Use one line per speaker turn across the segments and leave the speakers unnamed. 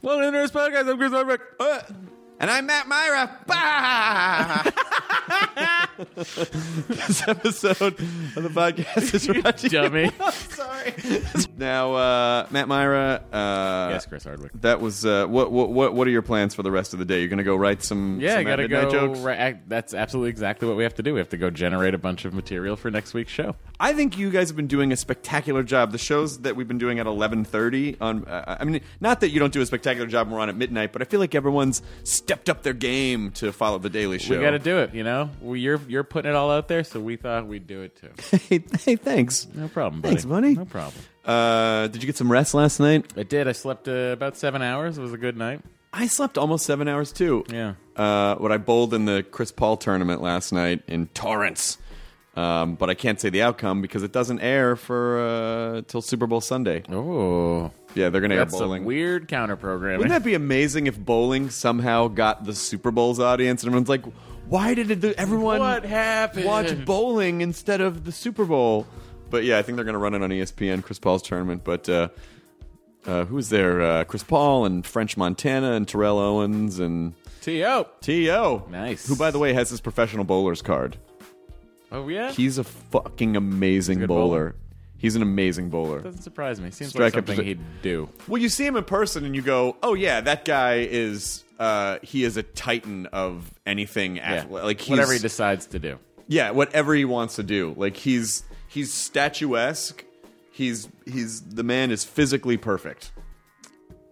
Well, in this podcast, I'm Chris Hardwick. Uh, and I'm Matt Myra. Bah! this episode of the podcast is brought to you-
dummy.
Sorry. Now, uh, Matt Myra. Uh,
yes, Chris Hardwick.
That was uh, what, what. What What are your plans for the rest of the day? You're gonna go write some.
Yeah,
some
I gotta
Matt
go.
Midnight jokes.
Right, act- that's absolutely exactly what we have to do. We have to go generate a bunch of material for next week's show.
I think you guys have been doing a spectacular job. The shows that we've been doing at 11:30 on uh, I mean not that you don't do a spectacular job when we're on at midnight, but I feel like everyone's stepped up their game to follow the Daily Show.
We got to do it. You know, we, you're you're putting it all out there, so we thought we'd do it too.
hey, hey, thanks.
No problem, buddy.
Thanks, buddy.
No problem.
Uh, did you get some rest last night?
I did. I slept uh, about seven hours. It was a good night.
I slept almost 7 hours too.
Yeah.
Uh, what I bowled in the Chris Paul tournament last night in Torrance. Um, but I can't say the outcome because it doesn't air for uh, till Super Bowl Sunday.
Oh,
Yeah, they're going to air
that's
bowling.
some weird counter programming.
Wouldn't that be amazing if bowling somehow got the Super Bowl's audience and everyone's like, why did it, everyone
What happened?"
watch bowling instead of the Super Bowl? But yeah, I think they're going to run it on E ESPN, Chris Paul's tournament. But uh, uh, who's there? Uh, Chris Paul and French Montana and Terrell Owens and
T.O.
T.O.
Nice.
Who, by the way, has his professional bowler's card.
Oh yeah.
He's a fucking amazing
good
bowler.
bowler.
He's an amazing bowler.
Doesn't surprise me. Seems
Strike
like
up
something
the-
he'd do.
Well, you see him in person and you go, "Oh yeah, that guy is uh, he is a titan of anything
Yeah.
athletic. Like he's,
whatever he decides to do.
yeah, whatever he wants to do. Like he's he's statuesque. He's he's the man is physically perfect.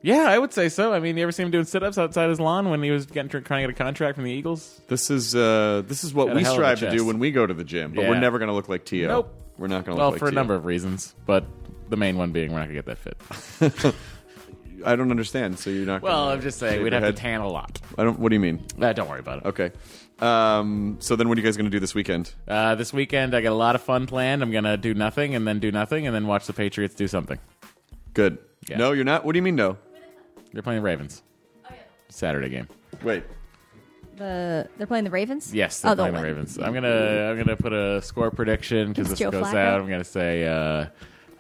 Yeah, I would say so. I mean, you ever see him doing sit-ups outside his lawn when he was getting trying to get a contract from the Eagles?
This is uh, this is what
Got a
we
hell of a
strive to do
chest.
when we go to the gym, but we're
Yeah.
never going to look like Tio.
Nope.
We're not going to
Well,
look like
for a
Tio.
number of reasons, but the main one being we're not gonna get that fit.
I don't understand. So you're not
Well,
gonna
I'm just saying
shave
we'd
your
have to
head?
tan a lot.
I don't what do you mean?
Uh, don't worry about it.
Okay. Um, so then what are you guys going to do this weekend?
Uh, this weekend I got a lot of fun planned. I'm gonna do nothing and then do nothing and then watch the Patriots do something.
Good.
Yeah.
No, you're not. What do you mean no?
They're playing the Ravens. Saturday game.
Wait.
The they're playing the Ravens.
Yes,
oh,
they're playing the
win.
Ravens. I'm gonna I'm gonna put a score prediction because this
Joe
goes
Flacco.
out. I'm gonna say uh,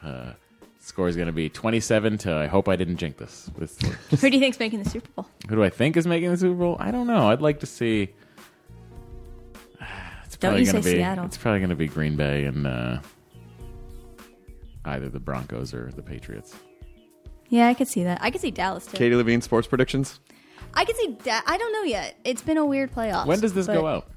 uh, score is gonna be 27 to. I hope I didn't jinx this. this
Who do you think's making the Super Bowl?
Who do I think is making the Super Bowl? I don't know. I'd like to see. It's
Don't
probably
you
gonna
say
be,
Seattle.
It's probably going to be Green Bay and uh, either the Broncos or the Patriots.
Yeah, I could see that. I could see Dallas too.
Katie Levine sports predictions
I could see. Da- I don't know yet. It's been a weird playoff.
When does this go out?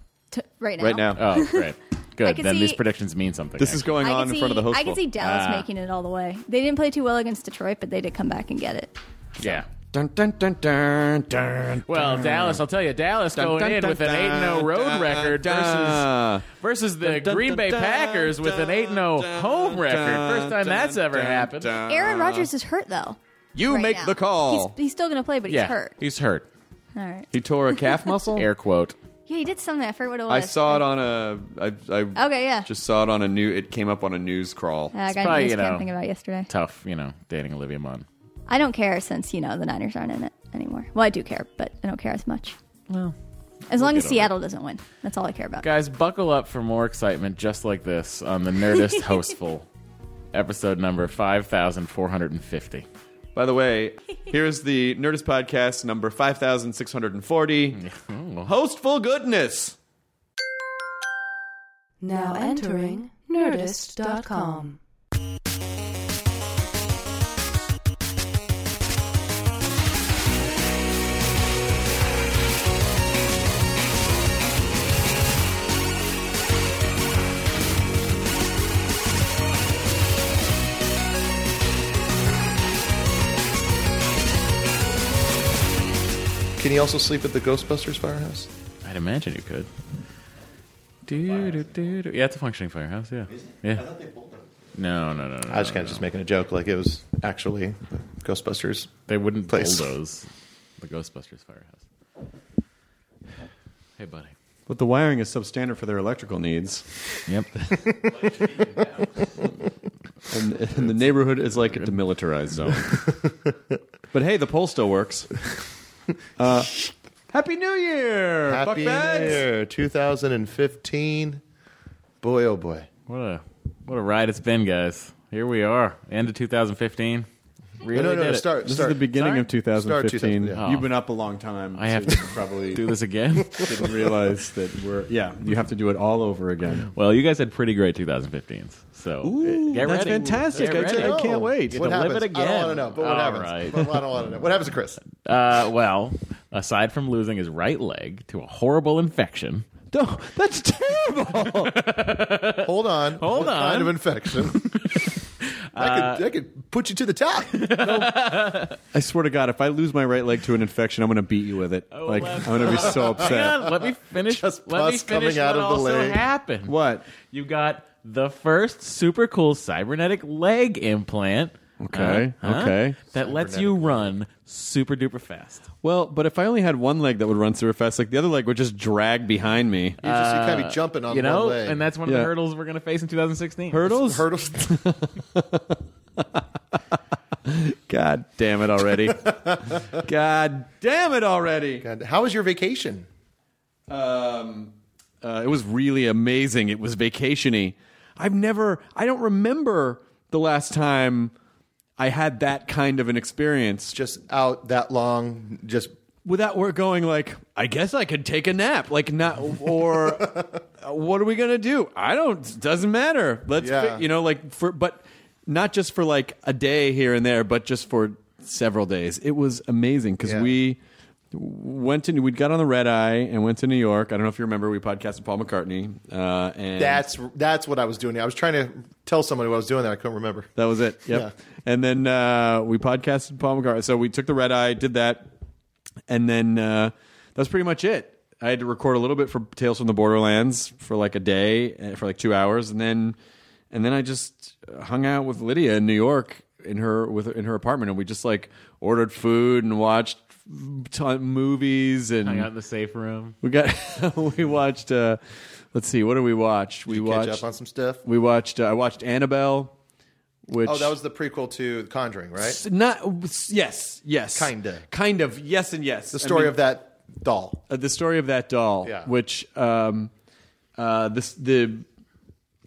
right now.
right now.
Oh, great.
I
Good.
could
Then these
see-
predictions mean something. eh?
this is
actually.
going
I
on
could
in
see,
front of the host.
I could see Dallas
Ah.
making it all the way. They didn't play too well against Detroit, but they did come back and get it.
Yeah.
Dun, dun, dun, dun, dun.
Well, Dallas, I'll tell you, Dallas
Dun,
going
dun,
in
dun,
with an 8 0
dun,
road
dun,
record
dun.
versus versus the
Dun, dun,
Green Bay
dun, dun,
Packers with an 8 0
dun,
home
dun,
record. First time
dun,
that's ever
dun,
happened.
dun.
Aaron
Ah.
Rodgers is hurt though.
You
right
make
now.
the call.
He's, he's still going to play, but he's
yeah.
hurt.
He's hurt.
All right.
He tore a calf muscle.
Air quote.
Yeah, he did something. I forget what it
I
was.
saw it on a. I, I
Okay, yeah.
Just saw it on a new. It came up on a news crawl.
Yeah, I got
probably,
a news
you
cam
know,
thing about yesterday.
Tough, you know, dating Olivia Munn.
I don't care since you know the Niners aren't in it anymore. Well, I do care, but I don't care as much.
Well,
As long as
over it.
Seattle doesn't win, that's all I care about.
Guys, buckle up for more excitement just like this on the Nerdist Hostful, episode number 5450.
By the way, here's the Nerdist podcast number five thousand six hundred and forty.
Oh.
Hostful goodness.
Now entering Nerdist.com.
Can you also sleep at the Ghostbusters firehouse?
I'd imagine you could. Do, do, do, do. Yeah, it's a functioning firehouse. Yeah, yeah. No, no, no, no.
I was kind of just making a joke, like it was actually the Ghostbusters.
They wouldn't
Place.
bulldoze the Ghostbusters firehouse. Hey, buddy.
But the wiring is substandard for their electrical needs,
Yep.
and, and the neighborhood is like a demilitarized zone. but hey, the poll still works. Uh, Happy New Year,
Happy
fuckbags!
New Year, 2015. Boy, oh boy.
what a what a ride it's been, guys. Here we are, end of 2015. Really
no, no,
did
no.
it.
Start,
This
start.
is the beginning
Sorry?
of 2015.
2000, yeah.
Oh.
You've been up a long time.
I have
so
to
you probably
do this again.
didn't realize that we're yeah. You have to do it all over again.
well, you guys had pretty great 2015s, so uh,
Ooh,
get
that's
ready.
fantastic.
Get
I-
ready.
I can't
No.
wait.
What
To live
happens?
it
I don't
again.
want to know, but what
All
happens?
right.
But I don't want to know. What happens to Chris?
Uh, well, aside from losing his right leg to a horrible infection,
No, that's terrible.
Hold on.
Hold on.
what
Uh,
kind of infection? I, could, I could put you to the top.
I swear to God, if I lose my right leg to an infection, I'm going to beat you with it. like
well.
I'm going to be so
Hang
upset.
on, let me finish.
Just
let me
pus
finish
coming out
what
of the
also
leg.
happened.
What?
You got the first super cool cybernetic leg implant. Uh,
Okay, okay.
That lets you run super duper fast.
Well, but if I only had one leg that would run super fast, like the other leg would just drag behind me.
You just you kind of be jumping on
Uh, you know,
one leg.
and that's one of
Yeah.
the hurdles we're going to face in 2016.
Hurdles?
hurdles.
God damn it already. God damn it already.
God, how was your vacation?
Um, uh, it was really amazing. It was vacationy. I've never, I don't remember the last time I had that kind of an experience.
Just out that long? Just
without we're going like i guess i could take a nap like not or uh, what are we gonna do i don't doesn't matter let's
Yeah.
fi- you know like for but not just for like a day here and there but just for several days it was amazing because
Yeah.
we went to we got on the red eye and went to new york i don't know if you remember we podcasted paul mccartney uh, and
that's that's what I was doing. I was trying to tell someone what I was doing that I couldn't remember.
That was it. Yep.
Yeah.
And then uh, we podcasted Paul McCartney. So we took the red eye, did that, and then uh, that's pretty much it. I had to record a little bit for Tales from the Borderlands for like a day, uh, for like two hours, and then and then I just hung out with Lydia in New York in her with in her apartment, and we just like ordered food and watched ton- movies and
Hang out in the safe room.
we got we watched. Uh, let's see, what did we watch? we
Catch
watched.
up on some stuff.
we watched. Uh, I watched Annabelle. Which
Oh, that was the prequel to Conjuring, right?
S- Not yes, yes,
Kinda.
kind of yes, and yes.
The story of that doll.
of the story of that doll,
Yeah.
which um, uh, this the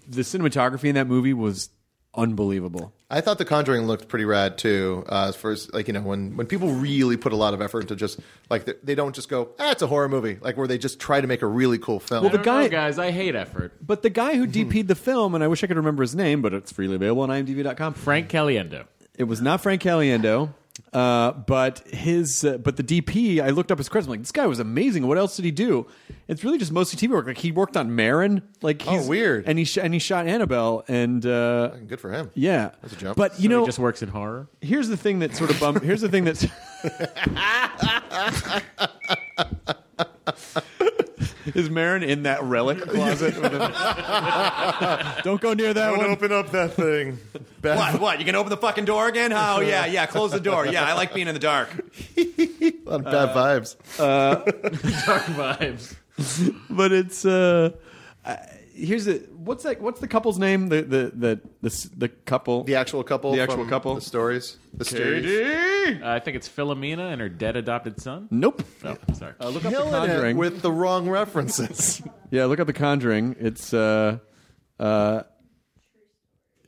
the cinematography in that movie was unbelievable.
I thought The Conjuring looked pretty rad too. Uh, as first, like you know, when when people really put a lot of effort into just like they, they don't just go, ah, it's a horror movie, like where they just try to make a really cool film.
The
guy-
guys, I hate effort.
But the guy who DP'd the film, and I wish I could remember his name, but it's freely available on IMDb.com.
Frank Caliendo.
It was not Frank Caliendo. Uh, but his, uh, but the DP, I looked up his credits. I'm like, this guy was amazing. What else did he do? It's really just mostly TV work. Like he worked on Marin. Like,
Oh,
he's,
weird.
And he sh- and he shot Annabelle. And uh,
Good for him.
yeah,
That's a jump.
But you know,
He just works in horror.
here's the thing that sort of bum. here's the thing that's. Is Marin in that relic closet? with a- Don't go near that one.
open up that thing.
What? What? You gonna open the fucking door again? Oh yeah, yeah. Close the door. Yeah, I like being in the dark.
a lot of bad vibes.
Uh,
Dark vibes.
But it's uh, I- here's the what's that? What's the couple's name? The the the the, s- the couple.
The actual couple.
The actual
from
couple.
The stories. The series.
Katie.
Uh, I think it's Philomena and her dead adopted son.
Nope.
Oh, sorry.
Look up the
Killing it
Conjuring.
with the wrong references.
Yeah, look up The Conjuring. It's uh, uh,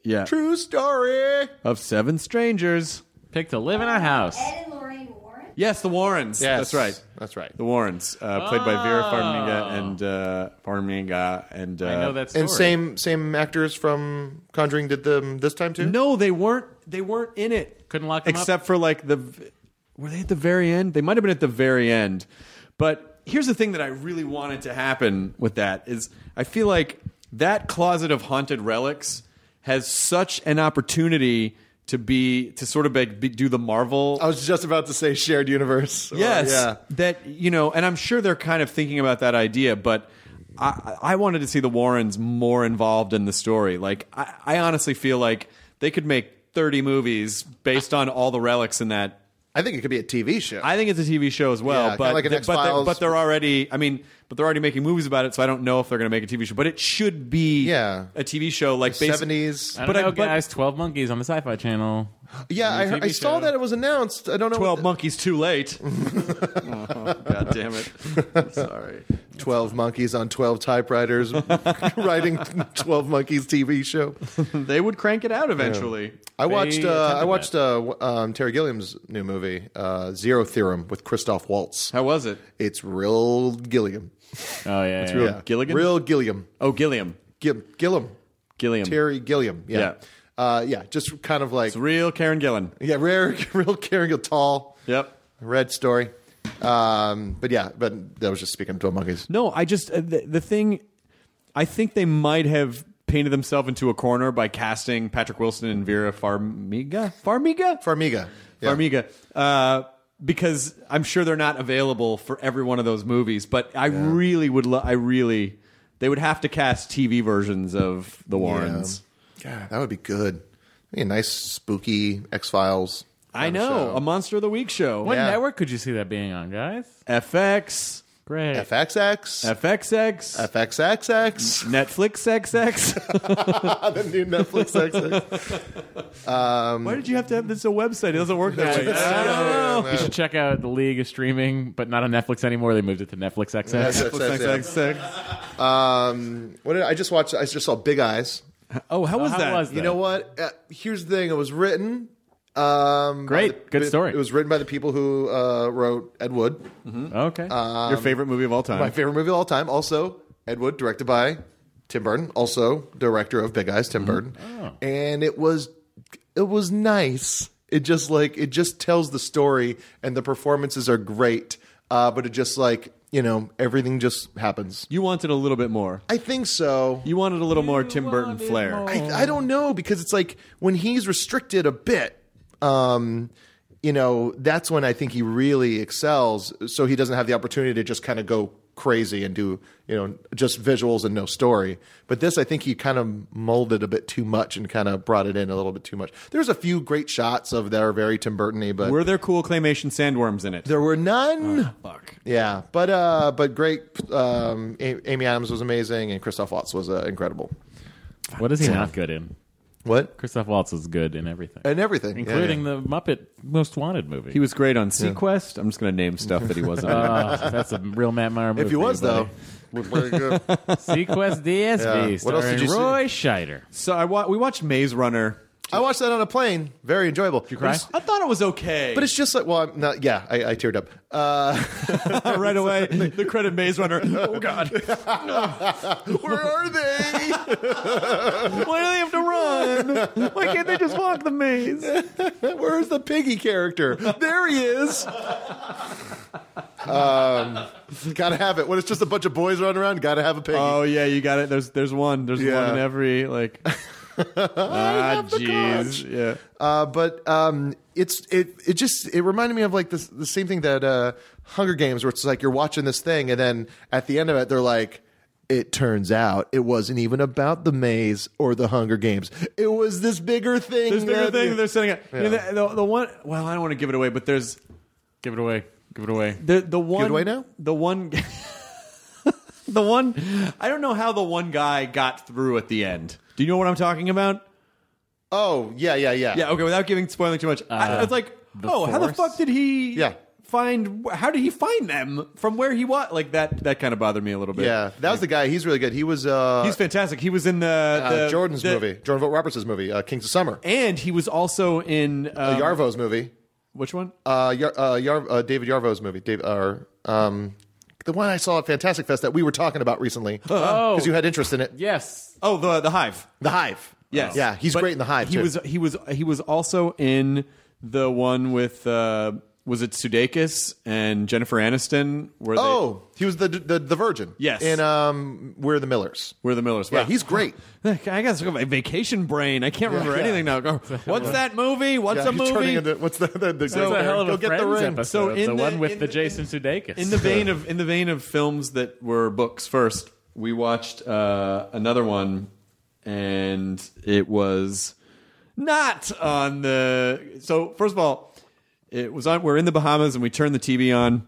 yeah,
True story.
of seven strangers.
Pick to live in a house.
Ed and Lorraine Warren.
Yes, the Warrens.
Yes.
that's right.
That's right.
The Warrens, uh, played by Vera Farmiga and uh, Farmiga and. Uh,
I know that story.
And same same actors from Conjuring did them this time too.
No, they weren't. They weren't in it.
Couldn't lock 'em up?
except for like the. v- Were they at the very end? They might have been at the very end, but here's the thing that I really wanted to happen with that is I feel like that closet of haunted relics has such an opportunity to be to sort of like be, do the Marvel
I was just about to say shared universe. Or-
Yes.
Oh, yeah.
That you know, and I'm sure they're kind of thinking about that idea, but I, I wanted to see the Warrens more involved in the story. Like, I, I honestly feel like they could make 30 movies based on all the relics in that.
I think it could be a TV show.
I think it's a TV show as well,
Yeah, kinda
but
like an
th- but, they're,
X-Files.
but they're already. I mean, but they're already making movies about it, so I don't know if they're going to make a TV show. But it should be
Yeah.
a TV show like basi-
70s.
I don't
But I-
know,
but-
guys. Twelve Monkeys on the Sci-Fi Channel.
yeah, I,
New
heard, I
TV
saw
show.
that it was announced. I don't know.
Twelve
what,
monkeys too late. Oh, God damn it! Sorry.
12 monkeys on 12 typewriters writing 12 monkeys TV show.
They would crank it out eventually.
I watched uh, I
attempted
watched uh, w- um, Terry Gilliam's new movie uh, Zero Theorem with Christoph Waltz.
How was it?
It's real Gilliam.
Oh yeah, yeah,
real.
yeah.
Yeah.
Gilligan?
Real Gilliam.
Oh, Gilliam.
Gil- Gilliam.
Gilliam.
Terry Gilliam. Yeah. Yeah. Uh, yeah. Just kind of like
It's real Karen Gillan.
yeah, rare, real Gilliam, tall.
Yep.
Red story. Um, but yeah, but that was just speaking of twelve monkeys.
No, I just uh, the, the thing. I think they might have painted themselves into a corner by casting Patrick Wilson and Vera Farmiga. Farmiga.
Farmiga. Yeah.
Farmiga. Uh, because I'm sure they're not available for every one of those movies, but I really would. Lo- I really, they would have to cast TV versions of the Warrens.
Yeah, that would be good. Be a nice spooky X Files.
I know a Monster of the Week show.
What
Yeah.
network could you see that being on, guys?
FX,
Great.
FXX.
FXX,
FXXX.
Netflix XX.
the new Netflix XX.
Why did you have to have this a website? It doesn't work that way. I don't know.
You should check out the league is streaming, but not on Netflix anymore. They moved it to Netflix
That's
XS.
it. Netflix, Um, what did I, I just watched? I just saw Big Eyes.
Oh, how was
Uh, How
that?
was
You know what? Uh, here's the thing. It was written. Um,
Great.
by the-
Good
it-
story.
It was written by the people who uh, wrote Ed Wood,
Okay.
Your Um, favorite movie of all time?
my favorite movie of all time. Also, Ed Wood, directed by Tim Burton, also director of Big Eyes, Tim Burton. And it was it was nice. It just like it just tells the story, and the performances are great. Uh, but it just like you know everything just happens.
you wanted a little bit more.
I think so.
You wanted a little more Tim Burton flair.
I, I don't know because it's like when he's restricted a bit, um, you know, that's when I think he really excels. So he doesn't have the opportunity to just kind of go crazy and do, you know, just visuals and no story. But this, I think he kind of molded a bit too much and kind of brought it in a little bit too much. There's a few great shots of that are very Tim Burton-y, but
Were there cool claymation sandworms in it?
there were none.
Fuck.
yeah, but uh, but great. Um, A- Amy Adams was amazing, and Christoph Waltz was uh, incredible.
what is he not good in?
What
Christoph Waltz is good in everything,
and everything, Yeah, yeah.
including the Muppet Most Wanted movie.
He was great on Sequest. I'm just going to name stuff that he wasn't. on.
Oh, that's a real Matt Meyer movie.
If he was
buddy.
though, would play good.
Sequest
Yeah.
DSV.
What else
starring
did you see?
Roy Scheider.
so I wa- we watched Maze Runner.
I watched that on a plane. Very enjoyable. Did you
cry?
I thought it was okay,
But it's just like well, I'm not. Yeah, I, I teared up. Uh,
right away the credit Maze Runner. Oh God,
where are they?
why do they have to run? Why can't they just walk the maze?
Where's the piggy character? There he is. Um, gotta have it. When it's just a bunch of boys running around, gotta have a piggy.
Oh yeah, you got it. There's there's one. There's
Yeah.
one in every like. ah, jeez. Yeah.
Uh, but um, it's it it just it reminded me of like this the same thing that uh, Hunger Games, where it's like you're watching this thing, and then at the end of it, they're like. It turns out it wasn't even about the maze or the Hunger Games. It was this bigger thing.
There's bigger
that-
thing that they're setting up. You know,
Yeah.
the, the, the one. Well, I don't want to give it away, but there's
Give it away. Give it away.
the the one.
away now?
The one. the one. I don't know how the one guy got through at the end. Do you know what I'm talking about?
Oh yeah, yeah, yeah.
Yeah. Okay. Without giving spoiling too much, I, it's like, oh, how the
Force?
fuck did he?
Yeah.
Find how did he find them from where he was? Like that. That kind of bothered me a little bit.
Yeah, that was the guy. He's really good. He was uh,
He's fantastic. He was in the,
uh,
the
Jordan's
the-
movie, Jordan Vogt Roberts' movie, uh, Kings of Summer.
and he was also in
Uh,
um,
Yarvo's movie,
which one?
uh, Yar- uh, Yar- uh, David Yarvo's movie, Dave, uh, um, the one I saw at Fantastic Fest that we were talking about recently because you had interest in it.
Yes.
Oh, the the Hive.
The Hive.
Yes,
yeah, he's
But
great in The Hive.
He
too.
was he was he was also in the one with uh, was it Sudeikis and Jennifer Aniston? Were
Oh, he was the the, the virgin.
Yes.
In um, We're the Millers.
they? Were the Millers?
Yeah,
Wow.
he's great.
I got sort of a vacation brain. I can't remember
Yeah.
anything now. Go, What's that movie? What's
yeah,
a
he's
movie?
turning into- what's the the, the
That's
go
a hell of
go
a
get the
Friends
ring.
episode.
So in
the,
the-
one with
in
the
the-
Jason Sudeikis.
in the vein of in the vein of films that were books first, we watched uh, another one, and it was not on the. So first of all, it was on. We're in the Bahamas, and we turned the TV on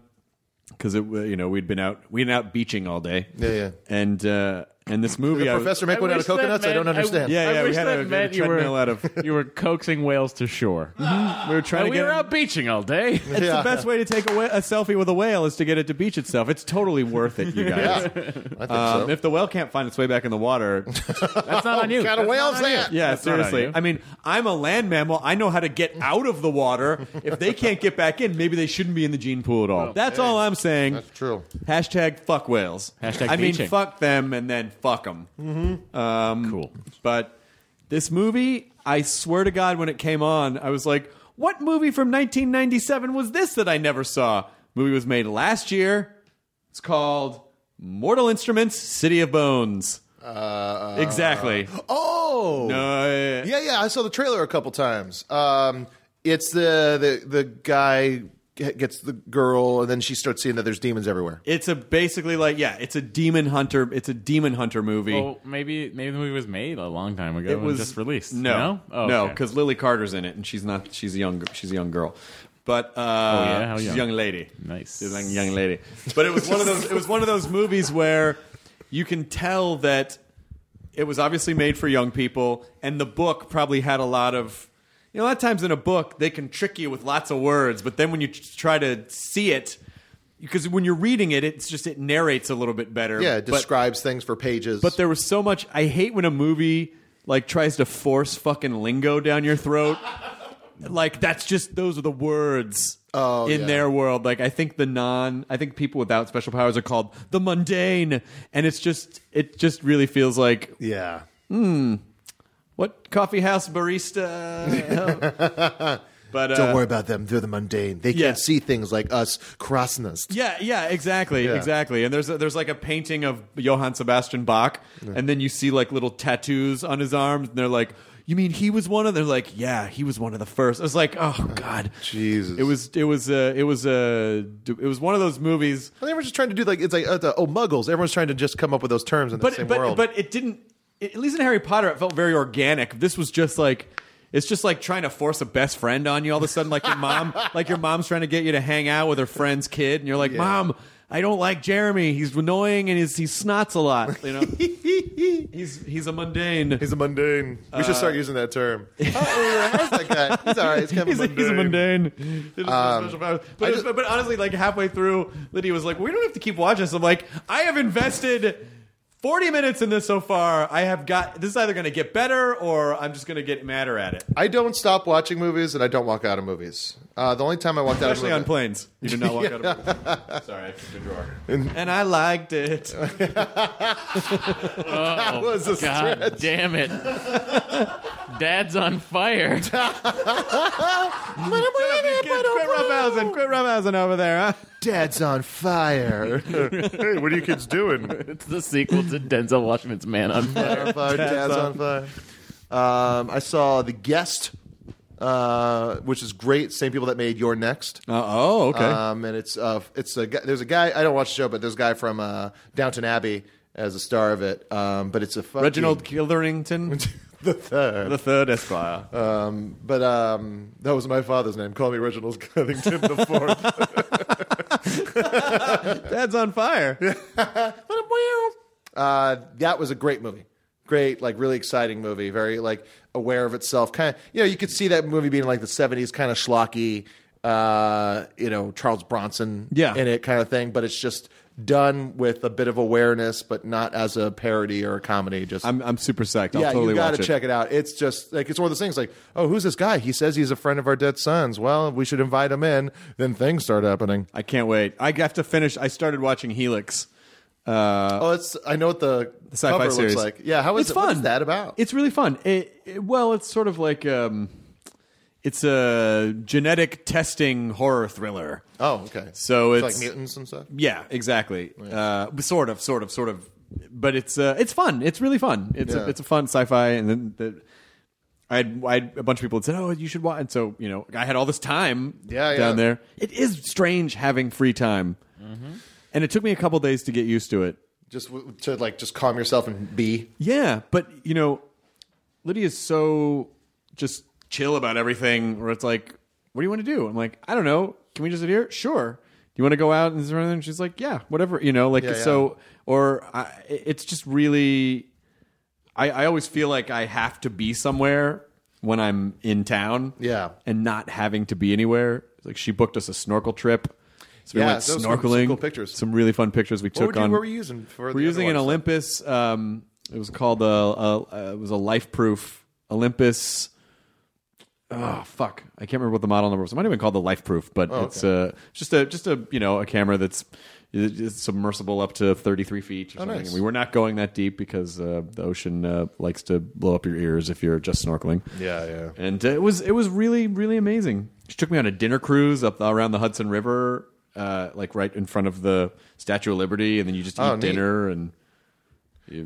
because it you know we'd been out we'd been out beaching all day.
Yeah, yeah.
And uh, and this movie, I was-
Professor
I
Make one out
wish
of coconuts.
that
I don't
meant-
understand.
Yeah,
I
yeah, we
wish
had
that
a- a
meant you
treadmill
were,
out of-
you were coaxing whales to shore.
we were trying
And
to
we
get
were out beaching all day.
It's the best way to take a, wh- a selfie with a whale is to get it to beach itself. It's totally worth it, you guys.
I think
Um,
so.
If the whale can't find its way back in the water,
That's not on you.
kind of
That's
whale's
not on you.
that?
yeah,
That's not on
seriously.
you.
I mean, I'm a land mammal. I know how to get out of the water. If they can't get back in, maybe they shouldn't be in the gene pool at all. That's all I'm saying.
That's true.
Hashtag fuck whales.
Hashtag
I
beaching.
mean, fuck them and then fuck them.
cool.
But this movie, I swear to God, when it came on, I was like, what movie from 1997 was this that I never saw? Movie was made last year. It's called Mortal Instruments City of Bones. Uh, exactly.
Oh.
Uh,
Yeah, yeah, I saw the trailer a couple times. Um, it's the the the guy g- gets the girl, and then she starts seeing that there's demons everywhere.
It's a basically like yeah, it's a demon hunter. It's a demon hunter movie.
Well, maybe maybe the movie was made a long time ago
it was
and just released.
No,
no, oh, okay.
because Lily Carter's in it, and she's not. She's a young. She's a young girl. But uh,
Oh, yeah? How
she's a
young?
young lady.
Nice.
she's a young, young lady. But it was one of those. It was one of those movies where you can tell that it was obviously made for young people, and the book probably had a lot of. You know, a lot of times in a book they can trick you with lots of words, but then when you t- try to see it, because when you're reading it, it's just it narrates a little bit better.
Yeah, it
but-
describes things for pages.
but there was so much. I hate when a movie like tries to force fucking lingo down your throat. like that's just those are the words
Oh,
in
yeah.
their world. Like I think the non, I think people without special powers are called the mundane, and it's just it just really feels like
yeah,
what coffee house barista. but uh,
don't worry about them. They're the mundane. They
yeah.
can't see things like us krasnas.
Yeah, yeah, exactly,
Yeah.
exactly. And there's a, there's like a painting of Johann Sebastian Bach, and then you see like little tattoos on his arms, and they're like, "You mean he was one of?" They're like, "Yeah, he was one of the first. I was like, "Oh God,
Jesus.
It was it was uh, it was uh, d- it was one of those movies,
I think we're just trying to do like it's like uh, the, oh muggles. Everyone's trying to just come up with those terms in the
but
same
but
world.
but it didn't. At least in Harry Potter, it felt very organic. This was just like. It's just like trying to force a best friend on you all of a sudden, like your mom, like your mom's trying to get you to hang out with her friend's kid, and you're like, "Mom, I don't like Jeremy. He's annoying and he's, he snots a lot. You know, he's he's a mundane.
he's a mundane. We should
Uh,
start using that term. oh, how's that guy? He's all right. He's kind of
He's a, he's a mundane. They just have special powers. But, it was- Um, but honestly, like halfway through, Lydia was like, "We don't have to keep watching." this." I'm like, "I have invested 40 minutes in this so far. I have got this is either going to get better or I'm just going to get madder at it."
I don't stop watching movies, and I don't walk out of movies. Uh, the only time I walked out of
Especially
movie,
on planes, you did not walk out of. a- Sorry, I took the drawer, and I liked it.
that was a
God
stretch.
damn it. Dad's on fire.
Quit roughhousing, quit roughhousing over there. Huh?
Dad's on fire. hey, what are you kids doing?
it's the sequel to Denzel Washington's Man on Fire.
Fire, dad's on fire. Um, I saw The Guest, uh, which is great. Same people that made Your Next.
Uh, oh, okay.
Um, and it's uh, it's a gu- there's a guy I don't watch the show, but there's a guy from uh, Downton Abbey as a star of it. Um, but it's a fucking,
Reginald Kilderington,
the third.
the third Uh, Esquire.
But um, that was my father's name. Call me Reginald Covington the fourth.
Dad's on fire.
Uh, that was a great movie. Great, like really exciting movie. Very like aware of itself. Kind of, you know, you could see that movie being like the '70s, kind of schlocky. Uh, you know, Charles Bronson,
Yeah.
in it, kind of thing. But it's just done with a bit of awareness, but not as a parody or a comedy. Just
I'm I'm super psyched. I'll
yeah,
totally
you got
watch
to
it.
check it out. It's just like it's one of those things. Like, oh, who's this guy? He says he's a friend of our dead sons. Well, we should invite him in. Then things start happening.
I can't wait. I have to finish. I started watching Helix. Uh,
Oh, it's I know what the,
sci-fi
cover
series.
looks like. Yeah, how is
it's
it?
fun?
What is that about?
It's really fun. It, it- well, it's sort of like um, It's a genetic testing horror thriller.
Oh, okay.
So it's-
like mutants and stuff.
Yeah, exactly. Uh, sort of, sort of, sort of. But it's uh, it's fun. It's really fun. It's
Yeah.
a, it's a fun sci-fi, and then the, I had I had a bunch of people that said, "Oh, you should watch." And so you know, I had all this time
Yeah, yeah.
down there. It is strange having free time,
Mm-hmm.
and it took me a couple days to get used to it.
Just w- to like just calm yourself and be.
Yeah, but you know, Lydia's so just chill about everything. Where it's like, "What do you want to do?" I'm like, "I don't know. Can we just sit here?" Sure. Do you want to go out and this and that?" and she's like, "Yeah, whatever." You know, like
Yeah, yeah.
so. Or I, it's just really. I, I always feel like I have to be somewhere when I'm in town.
Yeah.
and not having to be anywhere. It's Like she booked us a snorkel trip. So we
Yeah,
went
those were some
snorkeling.
cool pictures.
Some really fun pictures we
What
took
were, you,
on
what were you using for?
we're
the
using an
other ones?
Olympus. Um, it was called a, a, uh it was a life proof Olympus. Oh fuck! I can't remember what the model number was. It might have been called the Life Proof, but
Oh,
it's uh, just a just a you know a camera that's is submersible up to thirty three feet. Or something.
Oh, nice.
And we were not going that deep because uh, the ocean uh, likes to blow up your ears if you're just snorkeling.
Yeah, yeah.
And uh, it was it was really really amazing. She took me on a dinner cruise up the, around the Hudson River, uh, like right in front of the Statue of Liberty, and then you just eat
Oh, neat.
dinner and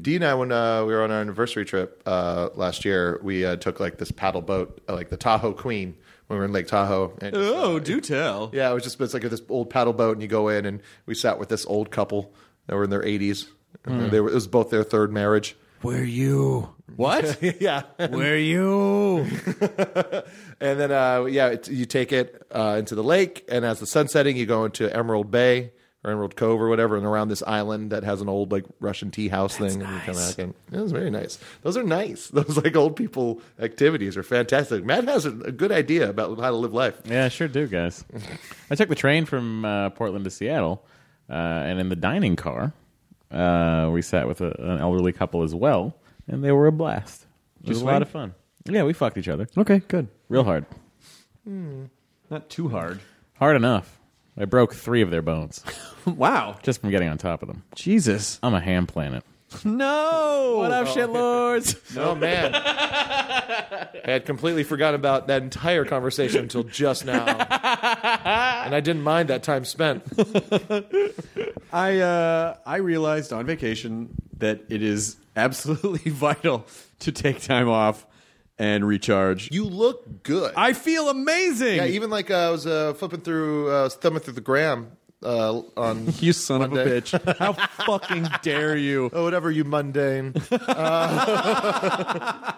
Dee and I, when uh, we were on our anniversary trip uh, last year, we uh, took like this paddle boat, uh, like the Tahoe Queen, when we were in Lake Tahoe. And,
Oh, do tell.
Yeah, it was just it's like this old paddle boat, and you go in, and we sat with this old couple that were in their 80s. And They were, it was both their third marriage.
Where you? What?
Yeah.
Where you?
And then, uh, yeah, it, you take it uh, into the lake, and as the sun's setting, you go into Emerald Bay or Emerald Cove or whatever, and around this island that has an old like Russian tea house thing. And you come back, and it was very nice. Those are nice. Those like old people activities are fantastic. Matt has a, a good idea about how to live life.
Yeah, I sure do, guys. I took the train from uh, Portland to Seattle, uh, and in the dining car, uh, we sat with a, an elderly couple as well, and they were a blast. It was a lot of fun. Yeah, we fucked each other
Okay, good.
real hard,
Not too hard.
hard enough. I broke three of their bones
wow.
just from getting on top of them.
Jesus.
I'm a ham planet.
No. What up, shitlords?
Oh man, I had completely forgotten about that entire conversation until just now, and I didn't mind that time spent.
I uh, I realized on vacation that it is absolutely vital to take time off and recharge.
You look good.
I feel amazing.
Yeah, even like uh, I was uh, flipping through, uh, I was thumbing through the gram uh, on
you son of a
Monday.
bitch. How fucking dare you?
oh, whatever you mundane. uh, uh,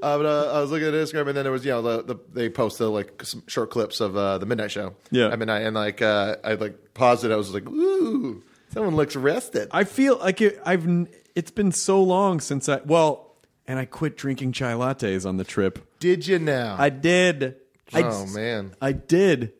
but, uh, I was looking at Instagram, and then there was you know the, the, they posted like some short clips of uh, the midnight show.
Yeah.
at midnight, and like uh, I like paused it. I was like, ooh, someone looks rested.
I feel like it, I've n- it's been so long since I well, and I quit drinking chai lattes on the trip.
Did you now?
I did. I
oh
s-
man,
I did.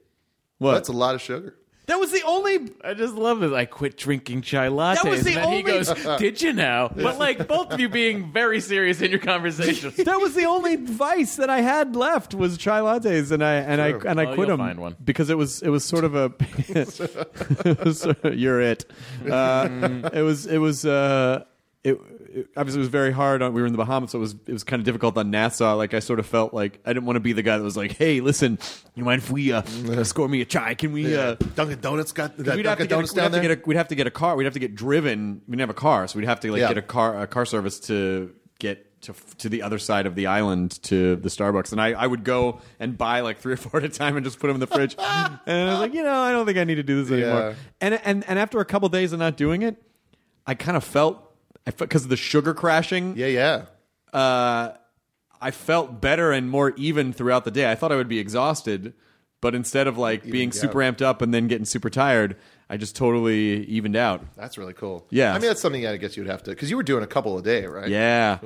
What?
that's a lot of sugar.
that was the only.
I just love this. I quit drinking chai lattes.
was the
and then he
only-
goes, "Did you know?" But like both of you being very serious in your conversation.
That was the only vice that I had left was chai lattes, and I and I and I
Well,
quit
you'll
them
find one.
because it was it was sort of a. it was sort of- you're it. Uh, it was it was. Uh, it, it obviously was very hard on we were in the bahamas so it was it was kind of difficult on nassau like i sort of felt like i didn't want to be the guy that was like hey listen you mind if we uh, score me a chai can we uh,
Dunkin' Donuts got that
we'd have, to get
Dunkin'
a,
Donuts
we'd,
down
have to
there.
get a, we'd have to get a car. We'd have to get driven. We didn't have a car, so we'd have to like
Yeah.
get a car a car service to get to to the other side of the island to the Starbucks. And I, I would go and buy like three or four at a time and just put them in the fridge. and I was like, you know, I don't think I need to do this
Yeah.
anymore. And and and after a couple days of not doing it, I kind of felt I because of the sugar crashing.
yeah, yeah.
I felt better and more even throughout the day. I thought I would be exhausted, but instead of like being
out.
super amped up and then getting super tired, I just totally evened out.
That's really cool.
Yeah.
I mean that's something I guess you'd have to because you were doing a couple a day, right?
Yeah.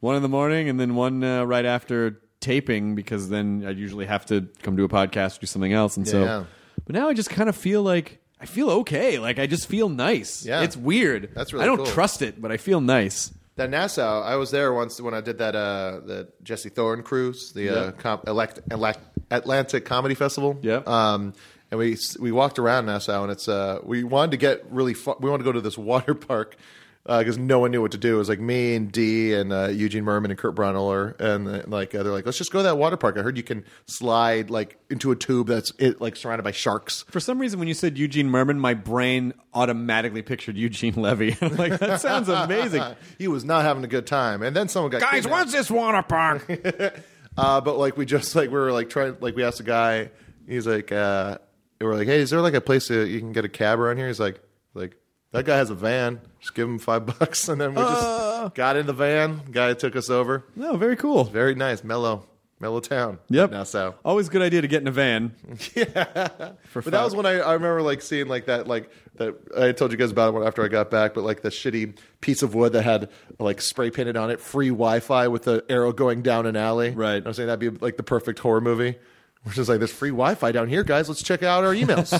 One in the morning and then one uh, right after taping because then I usually have to come do a podcast or do something else. And so,
Yeah.
but now I just kind of feel like I feel okay. Like I just feel nice.
Yeah.
It's weird.
That's really
I don't
cool.
trust it, but I feel nice.
That Nassau, I was there once when I did that uh, the Jesse Thorne cruise, the uh, com- elect- elect- Atlantic Comedy Festival.
Yep.
Um, and we we walked around Nassau, and it's uh, we wanted to get really far. We wanted to go to this water park because no one knew what to do. It was like me and Dee and uh, Eugene Merman and Kurt Brunneler, and uh, like uh, they're like, let's just go to that water park. I heard you can slide like into a tube that's it, like surrounded by sharks.
For some reason, when you said Eugene Merman, my brain automatically pictured Eugene Levy. I'm like, that sounds amazing.
He was not having a good time, and then someone got
Guys,
kidnapped.
what's this water park?
Uh, but like we just like we were like trying like we asked a guy, he's like uh we were like, Hey, is there like a place that you can get a cab around here? He's like like that guy has a van. Just give him five bucks and then we just got in the van. Guy took us over.
No, very cool.
Very nice, mellow. Mellow town.
Yep.
Nassau.
Always good idea to get in a van.
But that was when I, I remember like seeing like that like that I told you guys about it after I got back, but like the shitty piece of wood that had like spray painted on it free Wi-Fi with the arrow going down an alley.
Right.
I was saying that'd be like the perfect horror movie. Which is like there's free Wi-Fi down here, guys. Let's check out our emails.